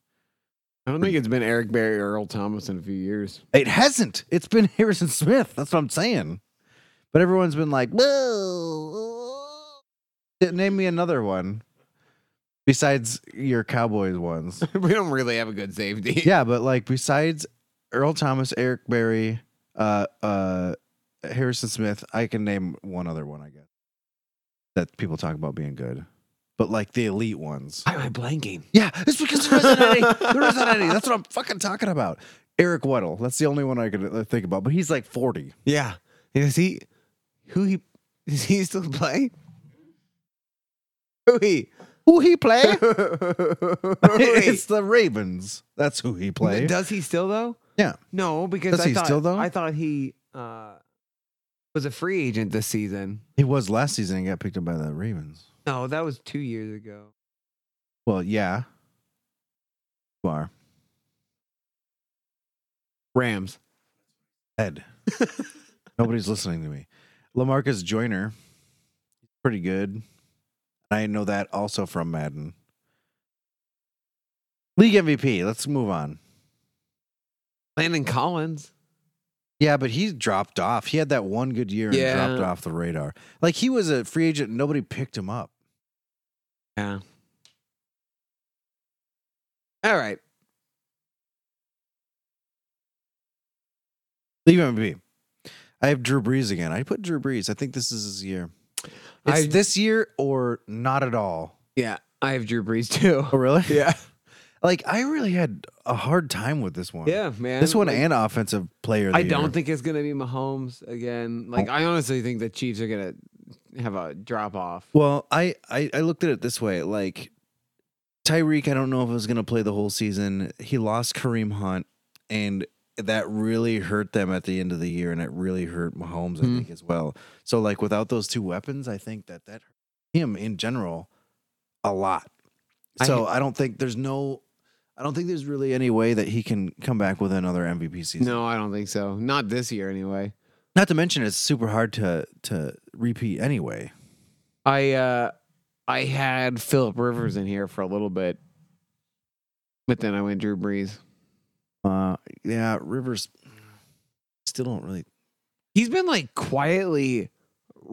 C: I don't think it's been Eric Berry or Earl Thomas in a few years.
A: It hasn't. It's been Harrison Smith. That's what I'm saying. But everyone's been like, whoa. Name me another one besides your Cowboys ones.
C: we don't really have a good safety.
A: yeah, but like besides Earl Thomas, Eric Berry, uh, uh, Harrison Smith, I can name one other one, I guess, that people talk about being good. But like the elite ones.
C: Why am I blanking?
A: Yeah, it's because there isn't any. There isn't any. That's what I'm fucking talking about. Eric Weddle. That's the only one I could uh, think about. But he's like 40.
C: Yeah, is he? Who he? Is he still playing? Who he?
A: Who he play? it's
C: Wait,
A: the Ravens. That's who he play.
C: Does he still though?
A: Yeah.
C: No, because
A: Does
C: I
A: he
C: thought
A: still, though?
C: I thought he uh, was a free agent this season.
A: He was last season and got picked up by the Ravens.
C: No, that was two years ago.
A: Well, yeah. You are
C: Rams.
A: Ed. Nobody's listening to me. Lamarcus Joyner, pretty good. I know that also from Madden. League MVP. Let's move on.
C: Landon Collins.
A: Yeah, but he dropped off. He had that one good year and
C: Yeah.
A: dropped off the radar. Like he was a free agent. and Nobody picked him up.
C: Yeah. All right.
A: League MVP. I have Drew Brees again. I put Drew Brees. I think this is his year. It's
C: I-
A: this year or not at all.
C: Yeah, I have Drew Brees too.
A: Oh, really?
C: Yeah.
A: Like I really had a hard time with this one.
C: Yeah, man.
A: This one
C: like,
A: and offensive player. of the
C: I don't
A: year.
C: think it's gonna be Mahomes again. Like I honestly think the Chiefs are gonna have a drop off.
A: Well, I, I I looked at it this way. Like Tyreek, I don't know if he was going to play the whole season. He lost Kareem Hunt, and that really hurt them at the end of the year, and it really hurt Mahomes, I
C: Hmm.
A: think, as well. So, like without those two weapons, I think that that hurt him in general a lot.
C: I-
A: So I, don't think there's no, I don't think there's really any way that he can come back with another MVP season.
C: No, I don't think so. Not this year anyway.
A: Not to mention it's super hard to to repeat anyway.
C: I uh I had Philip Rivers in here for a little bit, but then I went Drew Brees.
A: Uh, yeah, Rivers still don't really
C: He's been like quietly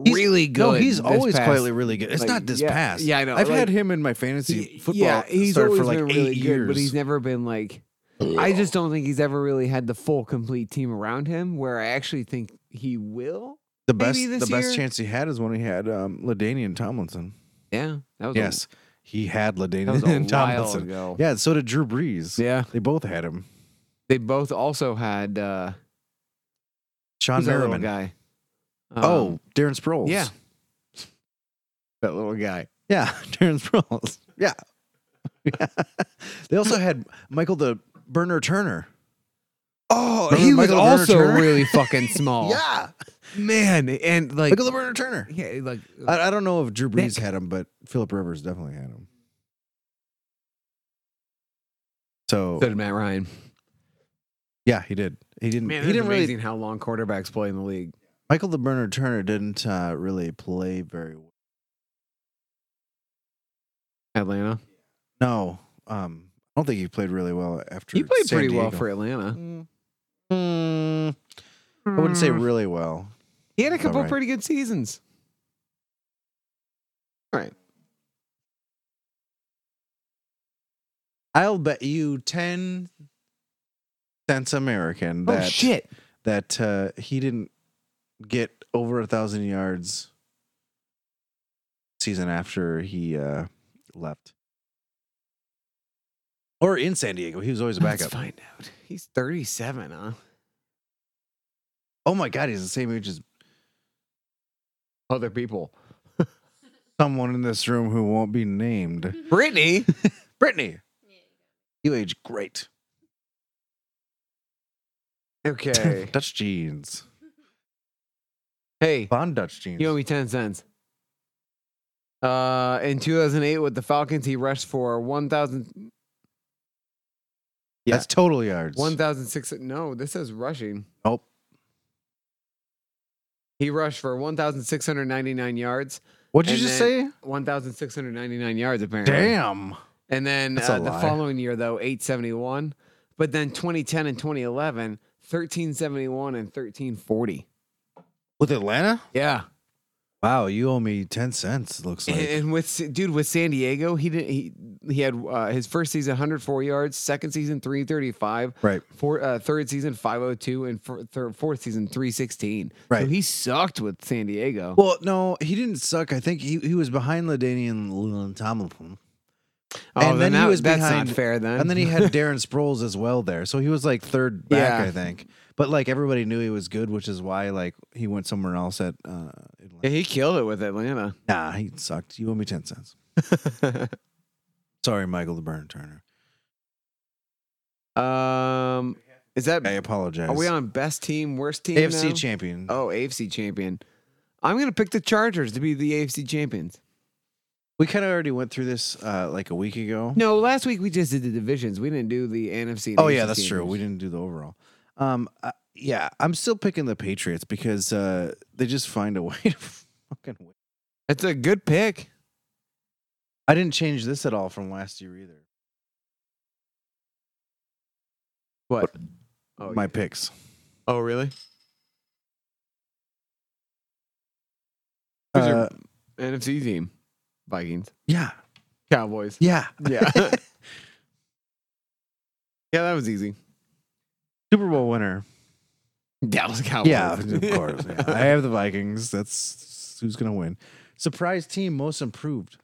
A: He's-
C: really good.
A: No, he's
C: this
A: always
C: past-
A: quietly really good. It's
C: like,
A: not this
C: yeah,
A: past.
C: yeah, I know,
A: I've
C: like-
A: had him in my fantasy
C: He-
A: football.
C: Yeah, he's
A: start
C: always
A: for like
C: been
A: eight
C: really
A: years.
C: good, but he's never been like. I just don't think he's ever really had the full complete team around him. Where I actually think he will.
A: the
C: maybe
A: best.
C: this
A: The best
C: year?
A: chance he had is when he had um, Ladainian Tomlinson.
C: Yeah, that was a-
A: Yes, he had
C: that was a while
A: Ladainian Tomlinson.
C: ago.
A: Yeah, and so did Drew Brees.
C: Yeah.
A: They both had him.
C: they both also had uh,
A: Sean
C: who's that little
A: Merriman.
C: guy. Um,
A: oh, Darren Sproles.
C: yeah, that little guy.
A: yeah, Darren Sproles. Yeah. yeah. They also had Michael the Burner Turner.
C: Oh,
A: Remember
C: he was
A: Michael Turner
C: also
A: Turner? Oh.
C: really fucking small.
A: Yeah,
C: man, and like,
A: Michael the Burner Turner.
C: yeah, like
A: I, I don't know if Drew Brees
C: Nick.
A: had him, but Philip Rivers definitely had him. So
C: so did Matt Ryan.
A: yeah, he did. He didn't.
C: Man,
A: he didn't really.
C: how long quarterbacks play in the league.
A: Michael the Burner Turner didn't uh, really play very well.
C: Atlanta.
A: No, um, I don't think he played really well after.
C: He played
A: San
C: pretty well
A: Diego.
C: for Atlanta.
A: Mm, mm, I wouldn't say really well.
C: He had a couple
A: Alright.
C: pretty good seasons. All right.
A: I'll bet you ten cents American
C: Oh,
A: that that uh, he didn't get over a thousand yards season after he uh, left, or in San Diego. He was always a
C: Let's
A: backup.
C: find out. He's 37, huh?
A: Oh my God, he's the same age as
C: Other people.
A: someone in this room who won't be named.
C: Brittany.
A: Brittany, you age great.
C: Okay.
A: Dutch jeans,
C: hey,
A: Bond Dutch jeans.
C: you owe me 10 cents. Uh, in 2008 with the Falcons, he rushed for 1,000,
A: That's total yards.
C: 1,006. No, this says rushing.
A: Nope.
C: He rushed for 1,699 yards.
A: What'd you
C: and
A: just say?
C: then- 1,699 yards, apparently.
A: Damn.
C: And then
A: That's a
C: uh, the
A: lie.
C: following year, though, 871. But then 2010 and 2011, 1371 and 1340.
A: With Atlanta?
C: Yeah.
A: Wow, you owe me ten cents. Looks
C: And,
A: like.
C: and with S- dude with San Diego, he didn't he he had uh, his first season 104 yards, second season 335,
A: Right.
C: four, uh, third season 502 and for, thir- fourth season 316. So
A: Right.
C: he sucked with San Diego.
A: Well, no, he didn't suck. I think he, he was behind Ladainian Tomlinson,
C: oh,
A: and then he
C: that-
A: was
C: that's
A: behind-
C: not fair then.
A: and then he had Darren Sproles as well there, so he was like third back,
C: Yeah.
A: I think. But like everybody knew he was good, which is why like he went somewhere else at. Uh, Atlanta.
C: Yeah, he killed it with Atlanta.
A: Nah, he sucked. You owe me ten cents. Sorry, Michael the Burn Turner.
C: um is that
A: I apologize.
C: are we on best team, worst team?
A: AFC
C: now?
A: champion?
C: Oh, AFC champion. I'm gonna pick the Chargers to be the AFC champions.
A: We kind of already went through this uh, like a week ago.
C: No, last week we just did the divisions. We didn't do the NFC. and
A: Oh yeah,
C: AFC
A: that's true.
C: champions.
A: We didn't do the overall. Um, uh, yeah, I'm still picking the Patriots because uh, they just find a way to fucking win.
C: That's a good pick.
A: I didn't change this at all from last year either.
C: What? Oh,
A: my
C: yeah.
A: picks.
C: oh really? Who's your-
A: Uh,
C: NFC team, Vikings,
A: yeah,
C: Cowboys.
A: yeah.
C: Yeah. yeah, that was easy.
A: Super Bowl winner.
C: Dallas Cowboys.
A: Yeah, of course. yeah. I have the Vikings. That's who's gonna win. Surprise team, most improved.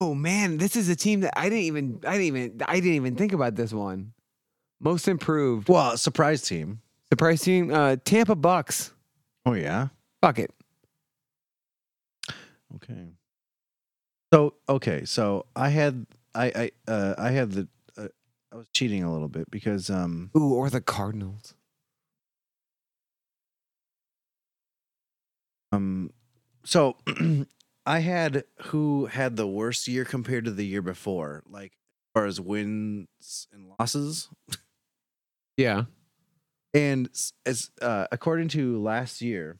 C: Oh man, this is a team that I didn't even I didn't even I didn't even think about this one. Most improved.
A: Well, surprise team.
C: Surprise team, uh Tampa Bucks.
A: Oh yeah.
C: Fuck it.
A: Okay. So okay, so I had I I uh, I had the uh, I was cheating a little bit because um
C: Ooh, or the Cardinals.
A: um so I had who had the worst year compared to the year before, like as far as wins and losses.
C: Yeah.
A: And s- as uh, according to last year,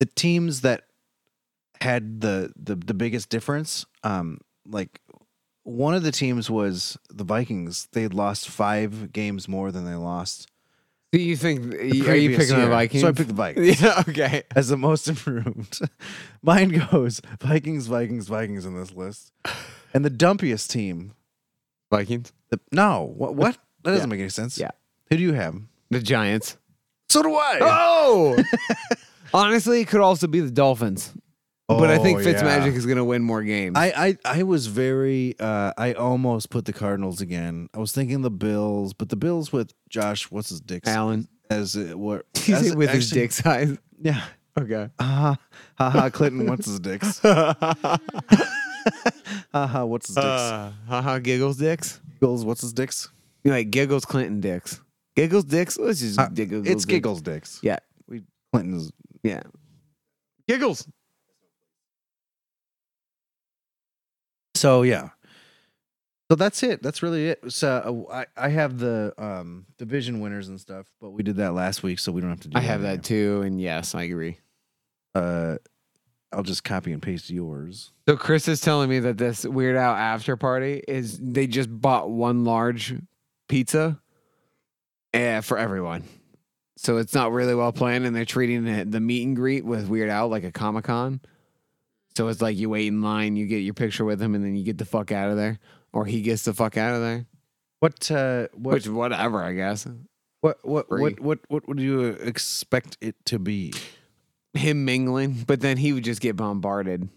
A: the teams that had the the, the biggest difference, um, like one of the teams was the Vikings. They had lost five games more than they lost.
C: Do you think
A: the
C: are you
A: previous
C: picking the
A: year.
C: Vikings?
A: So I picked the Vikings
C: Yeah, okay.
A: as the most improved. Mine goes Vikings, Vikings, Vikings in this list, and the dumpiest team.
C: Vikings.
A: The, no, what? What? That doesn't
C: Yeah.
A: make any sense.
C: Yeah.
A: Who do you have?
C: The Giants.
A: So do I.
C: Oh honestly, it could also be the Dolphins. but I think
A: Oh,
C: Fitzmagic
A: yeah.
C: is gonna win more games.
A: I, I I was very uh I almost put the Cardinals again. I was thinking the Bills, but the Bills with Josh what's his dick size
C: Allen.
A: as it were
C: He's
A: as-
C: with his
A: actually-
C: dick size.
A: Yeah.
C: Okay.
A: Haha haha Clinton what's his dicks. haha what's his dicks.
C: Uh, haha, giggles dicks.
A: Giggles what's his dicks?
C: You like giggles Clinton dicks. Giggles dicks. Let's just
A: Uh,
C: dig- giggles.
A: It's
C: dicks.
A: Giggles dicks.
C: Yeah.
A: Clinton's
C: Yeah. Giggles.
A: So yeah. So that's it. That's really it. So uh, I I have the um division winners and stuff, but we did that last week so we don't have to do
C: I have
A: again.
C: that too, and yes, I agree.
A: uh, I'll just copy and paste yours.
C: So Chris is telling me that this Weird Al after party is they just bought one large pizza, eh, for everyone. So it's not really well planned, and they're treating the, the meet and greet with Weird Al like a Comic Con. So it's like you wait in line, you get your picture with him, and then you get the fuck out of there, or he gets the fuck out of there.
A: What uh, what,
C: Which whatever, I guess.
A: what what
C: free.
A: what what what would you expect it to be?
C: him mingling, but then he would just get bombarded.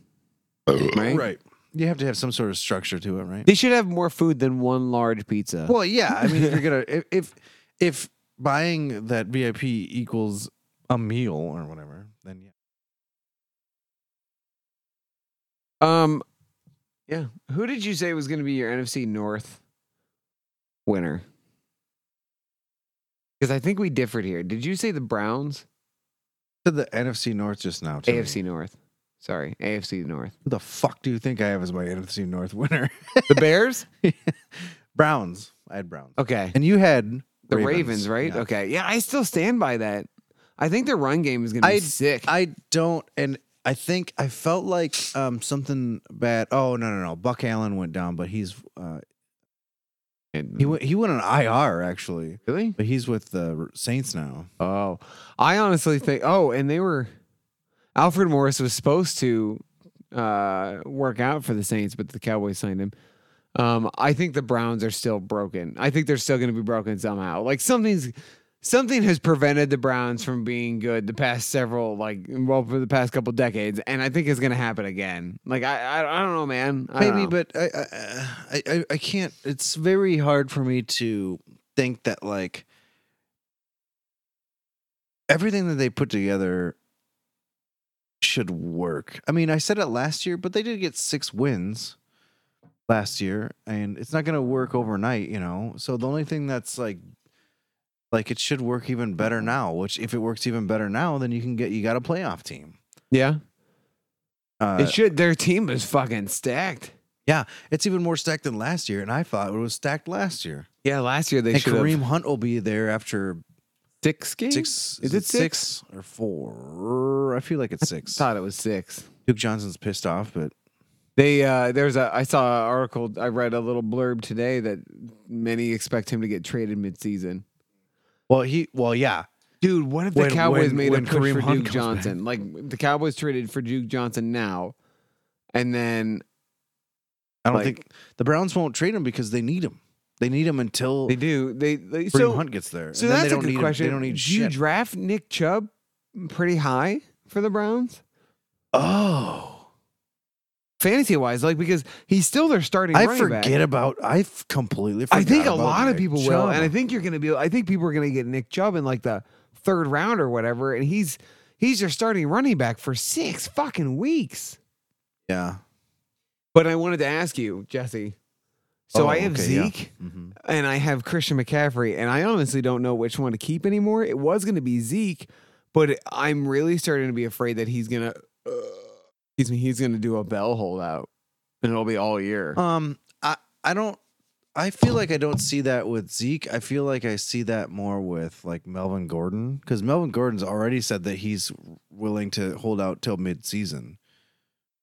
A: Oh.
C: Right?
A: You have to have some sort of structure to it, right? Uh,
C: They should have more food than one large pizza.
A: Well, yeah. I mean, if you're gonna if if, if buying that VIP equals a meal or whatever, then yeah.
C: um, yeah. Who did you say was going to be your NFC North winner? Because I think we differed here. Did you say the Browns?
A: To the NFC North just now. Too.
C: AFC North. Sorry, AFC North.
A: Who the fuck do you think I have as my NFC North winner?
C: The Bears?
A: Browns. I had Browns.
C: Okay.
A: And you had
C: Oh. The Ravens, right?
A: Yeah.
C: Okay. Yeah, I still stand by that. I think their run game is going to be
A: I'd-
C: sick.
A: I don't, and I think I felt like um something bad. Oh no, no, no! Buck Allen went down, but he's uh, he went he went on IR actually,
C: really?
A: but he's with the Saints now.
C: Oh, I honestly think. Oh, and they were. Alfred Morris was supposed to uh, work out for the Saints, but the Cowboys signed him. Um, I think the Browns are still broken. I think they're still going to be broken somehow. Like something's something has prevented the Browns from being good the past several like well for the past couple decades, and I think it's going to happen again. Like I I, I don't know, man. I don't
A: Maybe,
C: know.
A: but I, I I I- I can't. It's very hard for me to think that like everything that they put together should work. I mean, I said it last year, but they did get six wins last year, and it's not going to work overnight, you know. So the only thing that's like like it should work even better now. Which if it works even better now, then you can get you got a playoff team.
C: yeah,
A: Uh,
C: it should. Their team is fucking stacked.
A: it's even more stacked than last year, and I thought it was stacked last year.
C: Yeah, last year they
A: and
C: should
A: Kareem
C: have
A: Hunt will be there after
C: six games.
A: six.
C: Is it six?
A: or four? I feel like it's six.
C: Thought it was six.
A: Duke Johnson's pissed off, but
C: They uh there's a I saw an article I read a little blurb today that many expect him to get traded midseason.
A: Well, he. Well, yeah.
C: Dude, what if the
A: When-
C: Cowboys
A: when-
C: made a
A: when
C: push
A: Kareem
C: for
A: Hunt
C: Duke
A: comes
C: Johnson? Like the Cowboys traded for Duke Johnson now, and then
A: I don't
C: Like-
A: think the Browns won't trade him because they need him. They need him until
C: they do. They, they
A: Kareem
C: so
A: Hunt gets there.
C: so
A: And then
C: that's
A: they don't
C: a good
A: need him-
C: question.
A: They don't need
C: do you
A: shit.
C: draft Nick Chubb pretty high for the Browns?
A: oh,
C: Fantasy wise, like because he's still their starting.
A: I
C: running back.
A: forget about. I f- completely. forgot
C: I think a
A: about
C: lot of
A: Nick
C: people will,
A: Chubb.
C: and I think you're going to be. I think people are going to get Nick Chubb in like the third round or whatever, and he's he's your starting running back for six fucking weeks.
A: yeah.
C: But I wanted to ask you, Jesse. So
A: Oh,
C: I have
A: okay, yeah.
C: Zeke
A: Mhm.
C: and I have Christian McCaffrey, and I honestly don't know which one to keep anymore. It was going to be Zeke, but I'm really starting to be afraid that he's going to. Uh, excuse me, he's going to do a bell holdout, and it'll be all year.
A: Um, I I don't. I feel like I don't see that with Zeke. I feel like I see that more with like Melvin Gordon because Melvin Gordon's already said that he's willing to hold out till midseason.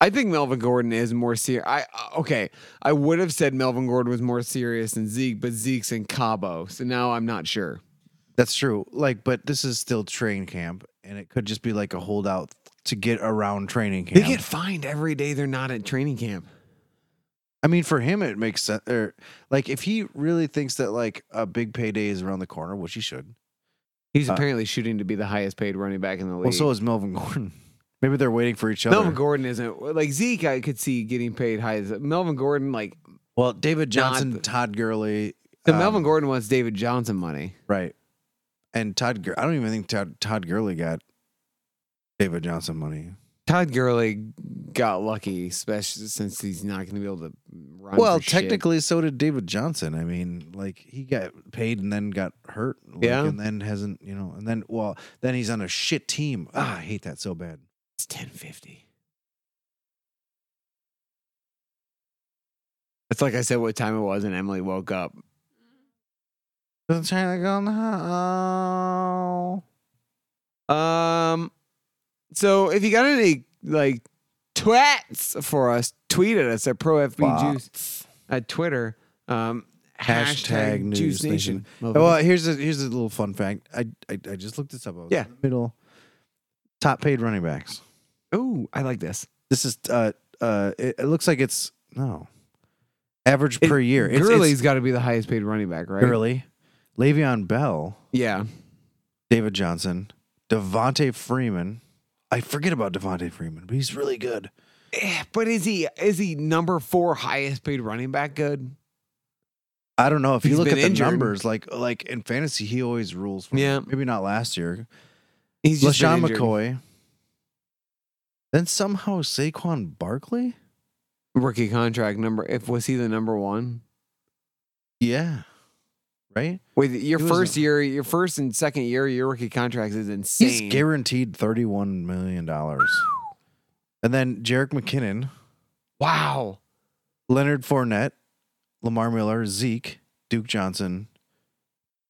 C: I think Melvin Gordon is more serious. I uh, okay. I would have said Melvin Gordon was more serious than Zeke, but Zeke's in Cabo, so now I'm not sure.
A: That's true. Like, but this is still train camp, and it could just be like a holdout to get around training camp.
C: They get fined every day they're not at training camp.
A: I mean, for him, it makes sense. Or like, if he really thinks that like a big payday is around the corner, which he should.
C: He's
A: Uh,
C: apparently shooting to be the highest paid running back in the league.
A: Well, so is Melvin Gordon. Maybe they're waiting for each other.
C: Melvin Gordon isn't like Zeke. I could see getting paid high. as Melvin Gordon, like
A: well, David Johnson,
C: Not-
A: Todd Gurley.
C: so
A: um,
C: Melvin Gordon wants David Johnson money.
A: right? And Todd, Gur- I don't even think Todd Todd Gurley got David Johnson money.
C: Todd Gurley got lucky, especially since he's not going to be able to run.
A: Well,
C: for shit.
A: technically, so did David Johnson. I mean, like he got paid and then got hurt, like,
C: Yeah.
A: and then hasn't, you know, and then well, then he's on a shit team. Ah, I hate that so bad.
C: It's ten fifty. It's like I said, what time it was, and Emily woke up.
A: I'm trying to go now.
C: Um, so if you got any like twats for us, tweet at us at ProFBJuice at Twitter. Um,
A: Hashtag News
C: Juice
A: Nation.
C: Nation.
A: Well, here's a here's a little fun fact. I I, I just looked this up. I was
C: Yeah.
A: in the middle top paid running backs.
C: oh, I like this.
A: This is uh uh. It, it looks like it's no average per year. It's,
C: Gurley's got to be the highest paid running back, right?
A: it's Gurley, Le'Veon Bell.
C: Yeah.
A: David Johnson, Devontae Freeman. I forget about Devontae Freeman, but he's really good.
C: Eh, But is he is he number four highest paid running back? Good.
A: I don't know if you
C: He's
A: look at
C: been
A: the
C: injured.
A: numbers, like like in fantasy, he always rules. for me.
C: Yeah.
A: maybe not last year.
C: He's just been
A: LaShawn
C: injured.
A: McCoy. Then somehow Saquon Barkley.
C: rookie contract number. If was he the number one?
A: Yeah, right.
C: Wait, your
A: He was
C: first
A: the-
C: year, your first and second year, your rookie contracts is insane.
A: He's guaranteed thirty-one million dollars. And then Jarek McKinnon,
C: wow.
A: Leonard Fournette, Lamar Miller, Zeke, Duke Johnson.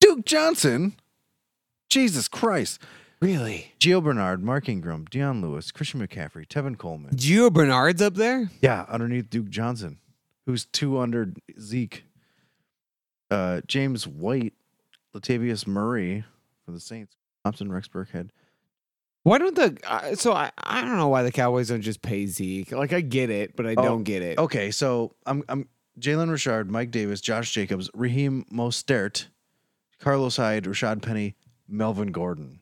A: Duke Johnson? Jesus Christ.
C: Really?
A: Gio Bernard, Mark Ingram, Deion Lewis, Christian McCaffrey, Tevin Coleman.
C: Gio Bernard's up there?
A: Yeah, underneath Duke Johnson, who's two under Zeke. Uh, James White, Latavius Murray for the Saints, Thompson, Rex Burkhead.
C: Why don't the uh, so I, I don't know why the Cowboys don't just pay Zeke. Like I get it, but I
A: Oh,
C: don't get it.
A: Okay, so I'm I'm Jalen Richard, Mike Davis, Josh Jacobs, Raheem Mostert, Carlos Hyde, Rashad Penny, Melvin Gordon.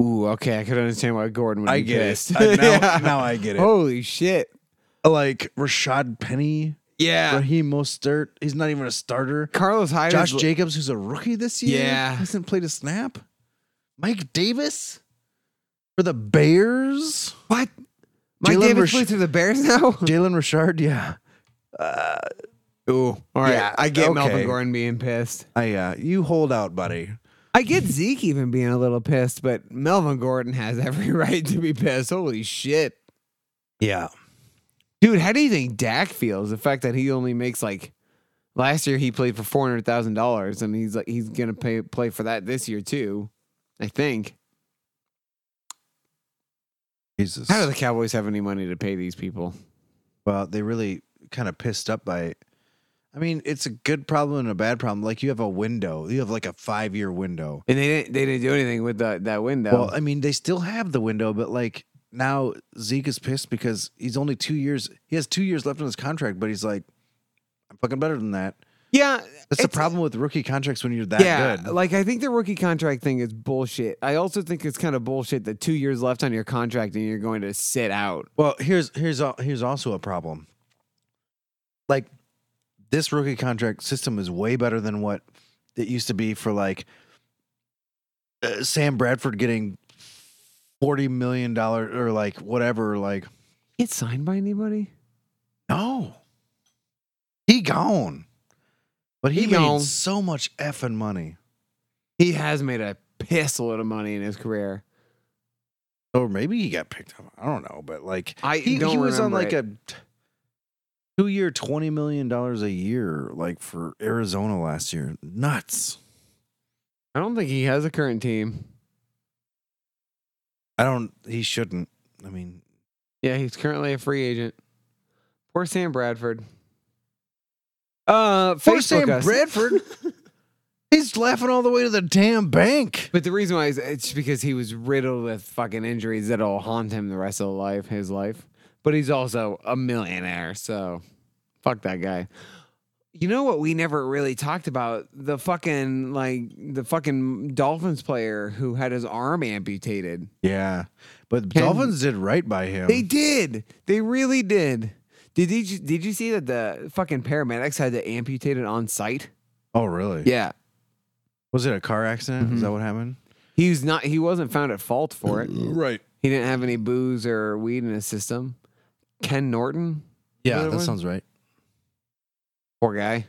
C: Ooh, okay, I could understand why Gordon would be pissed.
A: I- Uh, now,
C: Yeah. Oh.
A: now I get it.
C: Holy shit.
A: Like Rashad Penny,
C: Yeah.
A: Raheem Mostert. He's not even a starter.
C: Carlos Hyde
A: Josh
C: is,
A: Jacobs, who's a rookie this year,
C: Yeah.
A: hasn't played a snap. Mike Davis for the Bears.
C: what? Mike
A: Jalen
C: Davis
A: Rash-
C: plays for the Bears now?
A: Jalen Richard, yeah,
C: Ooh. All right.
A: Yeah,
C: I get
A: okay.
C: Melvin Gordon being pissed.
A: I uh, you hold out, buddy.
C: I get Zeke even being a little pissed, but Melvin Gordon has every right to be pissed. Holy shit.
A: Yeah,
C: Dude, how do you think Dak feels? The fact that he only makes like last year he played for four hundred thousand dollars and he's like he's gonna pay play for that this year too, I think.
A: Jesus.
C: How do the Cowboys have any money to pay these people?
A: well, they really kind of pissed up by. I mean, it's a good problem and a bad problem. Like you have a window, you have like a five year window.
C: And they didn't they didn't do anything with the, that window.
A: Well, I mean, they still have the window, but like now Zeke is pissed because he's only two years. He has two years left on his contract, but he's like, I'm fucking better than that.
C: yeah,
A: That's the
C: it's-
A: problem with rookie contracts when you're that
C: Yeah,
A: good.
C: like I think the rookie contract thing is bullshit. I also think it's kind of bullshit that two years left on your contract and you're going to sit out.
A: Well, here's here's al- here's also a problem. Like this rookie contract system is way better than what it used to be for like uh, Sam Bradford getting 40 million dollar or like whatever like
C: Get signed by anybody?
A: no. He gone. But he,
C: He
A: made
C: gone.
A: so much effing money.
C: He has made a piss load of money in his career.
A: Or maybe he got picked up. I don't know, but like
C: I
A: he,
C: don't
A: he was on like
C: remember
A: a two year twenty million dollars a year, like for Arizona last year. Nuts.
C: I don't think he has a current team.
A: I don't he shouldn't. I mean
C: Yeah, he's currently a free agent. Poor Sam Bradford. Uh,
A: Poor
C: Facebook
A: Sam
C: us.
A: Bradford? he's laughing all the way to the damn bank.
C: but the reason why is it's because he was riddled with fucking injuries that'll haunt him the rest of the life, his life. But he's also a millionaire, so fuck that guy. You know what we never really talked about? The fucking like the fucking Dolphins player who had his arm amputated.
A: Yeah. But the
C: Can-
A: Dolphins did right by him.
C: They did. They really did. Did you did you see that the fucking paramedics had to amputate it on site?
A: oh really?
C: Yeah.
A: Was it a car accident?
C: Mhm.
A: Is that what happened?
C: He was not he wasn't found at fault for it.
A: Right.
C: He didn't have any booze or weed in his system. Ken Norton,
A: Yeah,
C: Another
A: that
C: one?
A: sounds right.
C: poor guy.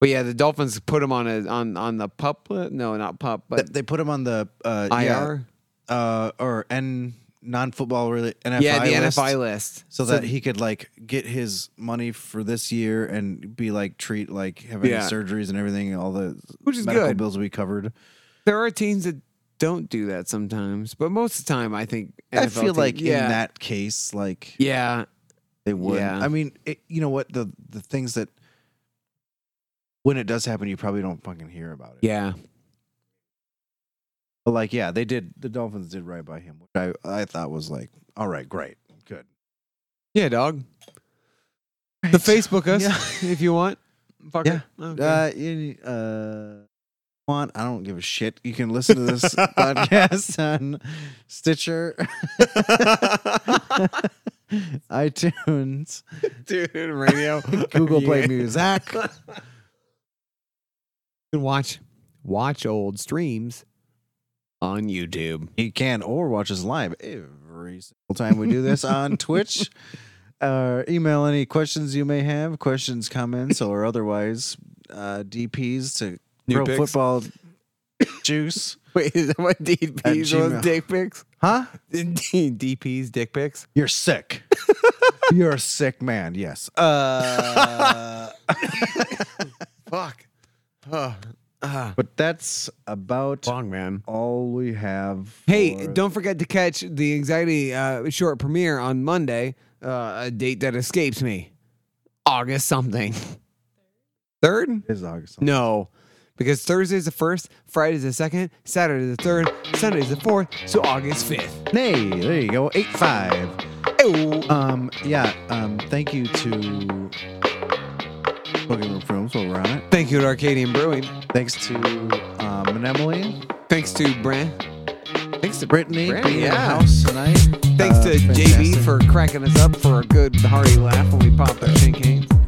C: But yeah, the Dolphins put him on a on on the pup no, not pup,
A: But
C: but
A: they put him on the uh, yeah,
C: IR.
A: uh, or N non football really NFI
C: Yeah, the
A: list.
C: NFI list.
A: so that he could like get his money for this year and be like treat like having
C: Yeah.
A: surgeries and everything, all the
C: Which is
A: medical
C: good.
A: bills will be covered.
C: there are teams that don't do that sometimes, but most of the time I think
A: I
C: NFL
A: feel like
C: teams- yeah,
A: in that case, like
C: yeah,
A: they would.
C: yeah.
A: I mean, it, you know what the the things that when it does happen, you probably don't fucking hear about it.
C: yeah.
A: But like, yeah, they did. The Dolphins did right by him, which I I thought was like, all right, great, good.
C: Yeah, dog. The Facebook us if you want. Fuck
A: Yeah.
C: it. Okay.
A: Uh, you, uh, want I don't give a shit. You can listen to this podcast on Stitcher, iTunes,
C: Dude, Uh, radio,
A: Google Play
C: Yeah.
A: Music.
C: You can watch watch old streams on YouTube.
A: You can or watch us live every single time we do this on Twitch. Uh, email any questions you may have, questions, comments, or otherwise uh, DPs to
C: New
A: Pro
C: pics.
A: Football Juice,
C: Wait, is that what DPs
A: At
C: was
A: Gmail.
C: dick pics?
A: huh?
C: DPs dick pics?
A: You're sick. You're a sick man. Yes. Uh,
C: Fuck. Uh, uh,
A: but that's about
C: long man.
A: all we have.
C: Hey,
A: for-
C: don't forget to catch the Anxiety uh, short premiere on Monday, uh, a date that escapes me. August something. Third?
A: It is August.
C: No, because Thursday's the first, Friday's the second, Saturday's the third, Sunday's the fourth, so August 5th.
A: Hey, there you go. Eight five.
C: Oh,
A: Um, yeah. Um, thank you to Booking Room Films while we're on it.
C: Thank you to Arcadian Brewing.
A: Thanks to um, and Emily.
C: Thanks to Brand. Thanks to
A: Brittany
C: Brand,
A: being in the
C: yeah.
A: house tonight.
C: Thanks
A: Uh,
C: to JB
A: fantastic.
C: for cracking us up for a good hearty laugh when we popped our champagne.
A: Um, uh,